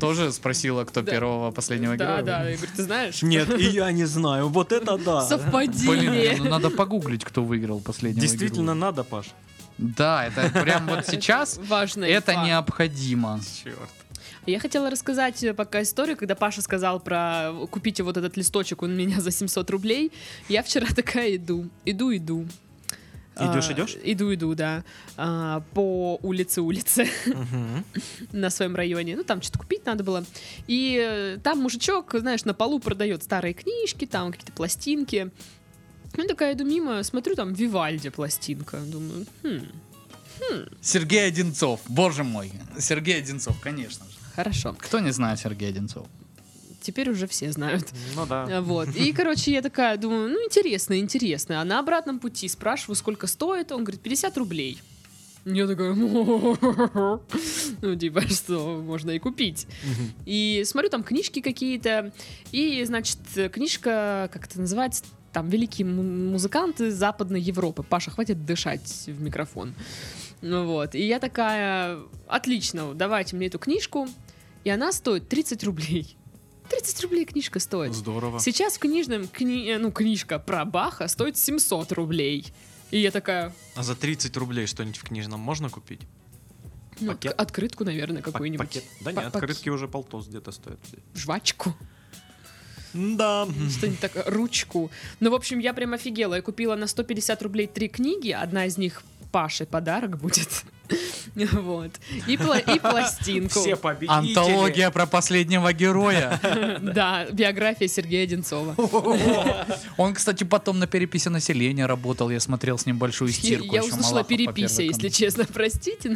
тоже спросила, кто
<laughs> Да.
первого последнего
Да,
героя.
да, я говорю, ты знаешь?
Нет, и я не знаю. Вот это да.
<laughs> Блин, не, ну
<laughs> Совпадение.
надо погуглить, кто выиграл последнего
Действительно
героя.
надо, Паш.
Да, это
<laughs>
прям вот сейчас
Важно.
это необходимо.
Я хотела рассказать э, пока историю, когда Паша сказал про э, купите вот этот листочек, он у меня <laughs> за 700 рублей. Я вчера такая иду, иду, иду.
Идёшь,
А,
идёшь?
Иду, иду, да. А, по улице, улице на своем районе. Ну, там что-то купить надо было. И э, там мужичок, знаешь, на полу продает старые книжки, там какие-то пластинки. Ну, такая иду мимо, смотрю, там Вивальди пластинка. Думаю, хм,
Сергей Одинцов, боже мой. Сергей Одинцов, конечно же.
хорошо.
Кто не знает Сергея Одинцова?
Теперь уже все знают.
Ну да.
А, Вот. И, короче, я такая думаю, ну, интересно, интересно. А на обратном пути спрашиваю, сколько стоит. Он говорит, 50 рублей. Я такая, ну, типа, что можно и купить. И смотрю, там книжки какие-то. И, значит, книжка, как это называется, там великие м- музыканты Западной Европы. Паша, хватит дышать в микрофон. Ну вот. И я такая, отлично, давайте мне эту книжку. И она стоит 30 рублей. 30 рублей книжка стоит.
Здорово.
Сейчас в книжном, кни- э, ну, книжка про Баха стоит 700 рублей. И я такая,
А за 30 рублей что-нибудь в книжном можно купить?
ну,
Пакет?
к- открытку, наверное,
Пак-
какую-нибудь.
пакет? Да
Па-
нет,
пак-
открытки уже полтос где-то стоят.
<laughs>
Жвачку,
Да.
что-нибудь такое, ручку. Ну, в общем, я прям офигела. Я купила на 150 рублей три книги. Одна из них Паше подарок будет. <laughs> Вот. И, пла-
<laughs>
и пластинку.
Все победители.
Антология про последнего героя.
Да, биография Сергея Одинцова.
Он, кстати, потом на переписи населения работал. Я смотрел с ним большую стирку.
Я
еще
услышала
Малахов по первой
перепися, если
комнате.
честно, <laughs> простите.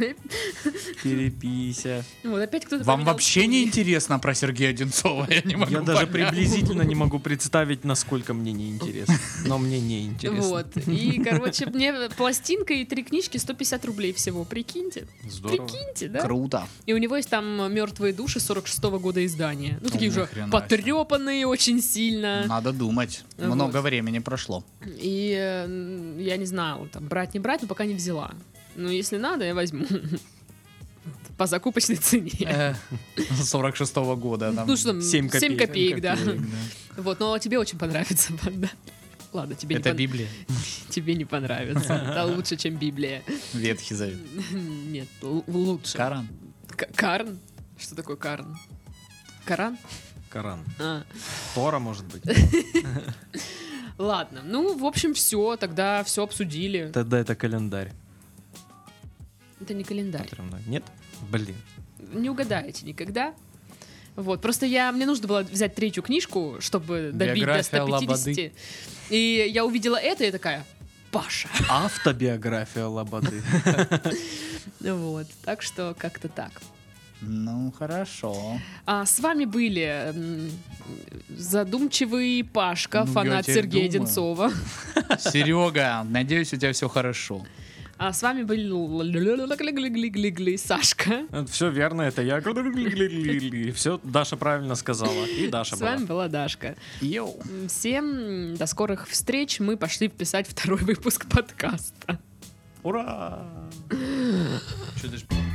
но-
Перепися.
Вот опять кто-то
Вам
поменял
вообще не
студию.
интересно про Сергея Одинцова? <laughs> Я не могу
Я даже
понять.
приблизительно не могу представить, насколько мне неинтересно. Но мне неинтересно.
Вот. И, короче, мне пластинка и три книжки 150 рублей всего. Прикиньте.
Здорово.
Прикиньте, да?
Круто.
И у него есть там мертвые души 46-го года издания. Ну, такие
ни
уже
хрена себе.
потрепанные очень сильно.
Надо думать.
Э. Вот.
Много времени прошло.
И э, м, я не знала, там, брать, не брать, но пока не взяла. Но если надо, я возьму. <laughs> По закупочной цене.
Э, <laughs> 46-го года. там.
Ну что там,
семь
7
копеек.
копеек, да.
Да.
<laughs> Вот, но тебе очень понравится, <laughs> да. Ладно, тебе, не,
Это
пон-
Библия.
тебе не понравится. Это лучше, чем Библия. <laughs>
Ветхий Завет.
Нет, л- лучше.
Каран.
К- Карн? Что такое Карн? Каран?
Коран.
А,
Тора, может быть.
Ладно, ну, в общем, все, тогда все обсудили.
Тогда это календарь.
Это не календарь.
Смотрим на- Нет? Блин.
Не угадаете никогда. Вот, просто я, мне нужно было взять третью книжку, чтобы добить до
Биография
150. И я увидела это и такая, Паша. <laughs>
Автобиография Лободы.
Вот, так что как-то так.
Ну, хорошо.
А с вами были м, задумчивый Пашка,
Ну, я
фанат
теперь
Сергея
думаю.
Одинцова.
Серега, надеюсь, у тебя все хорошо.
А с вами был Сашка.
Все Э, верно, это я. <laughs> Все, Даша правильно сказала. И Даша
с
была.
вами была Дашка.
Йоу.
М, Всем до скорых встреч. Мы пошли <laughs> писать второй выпуск подкаста.
Ура!
Что ты ж-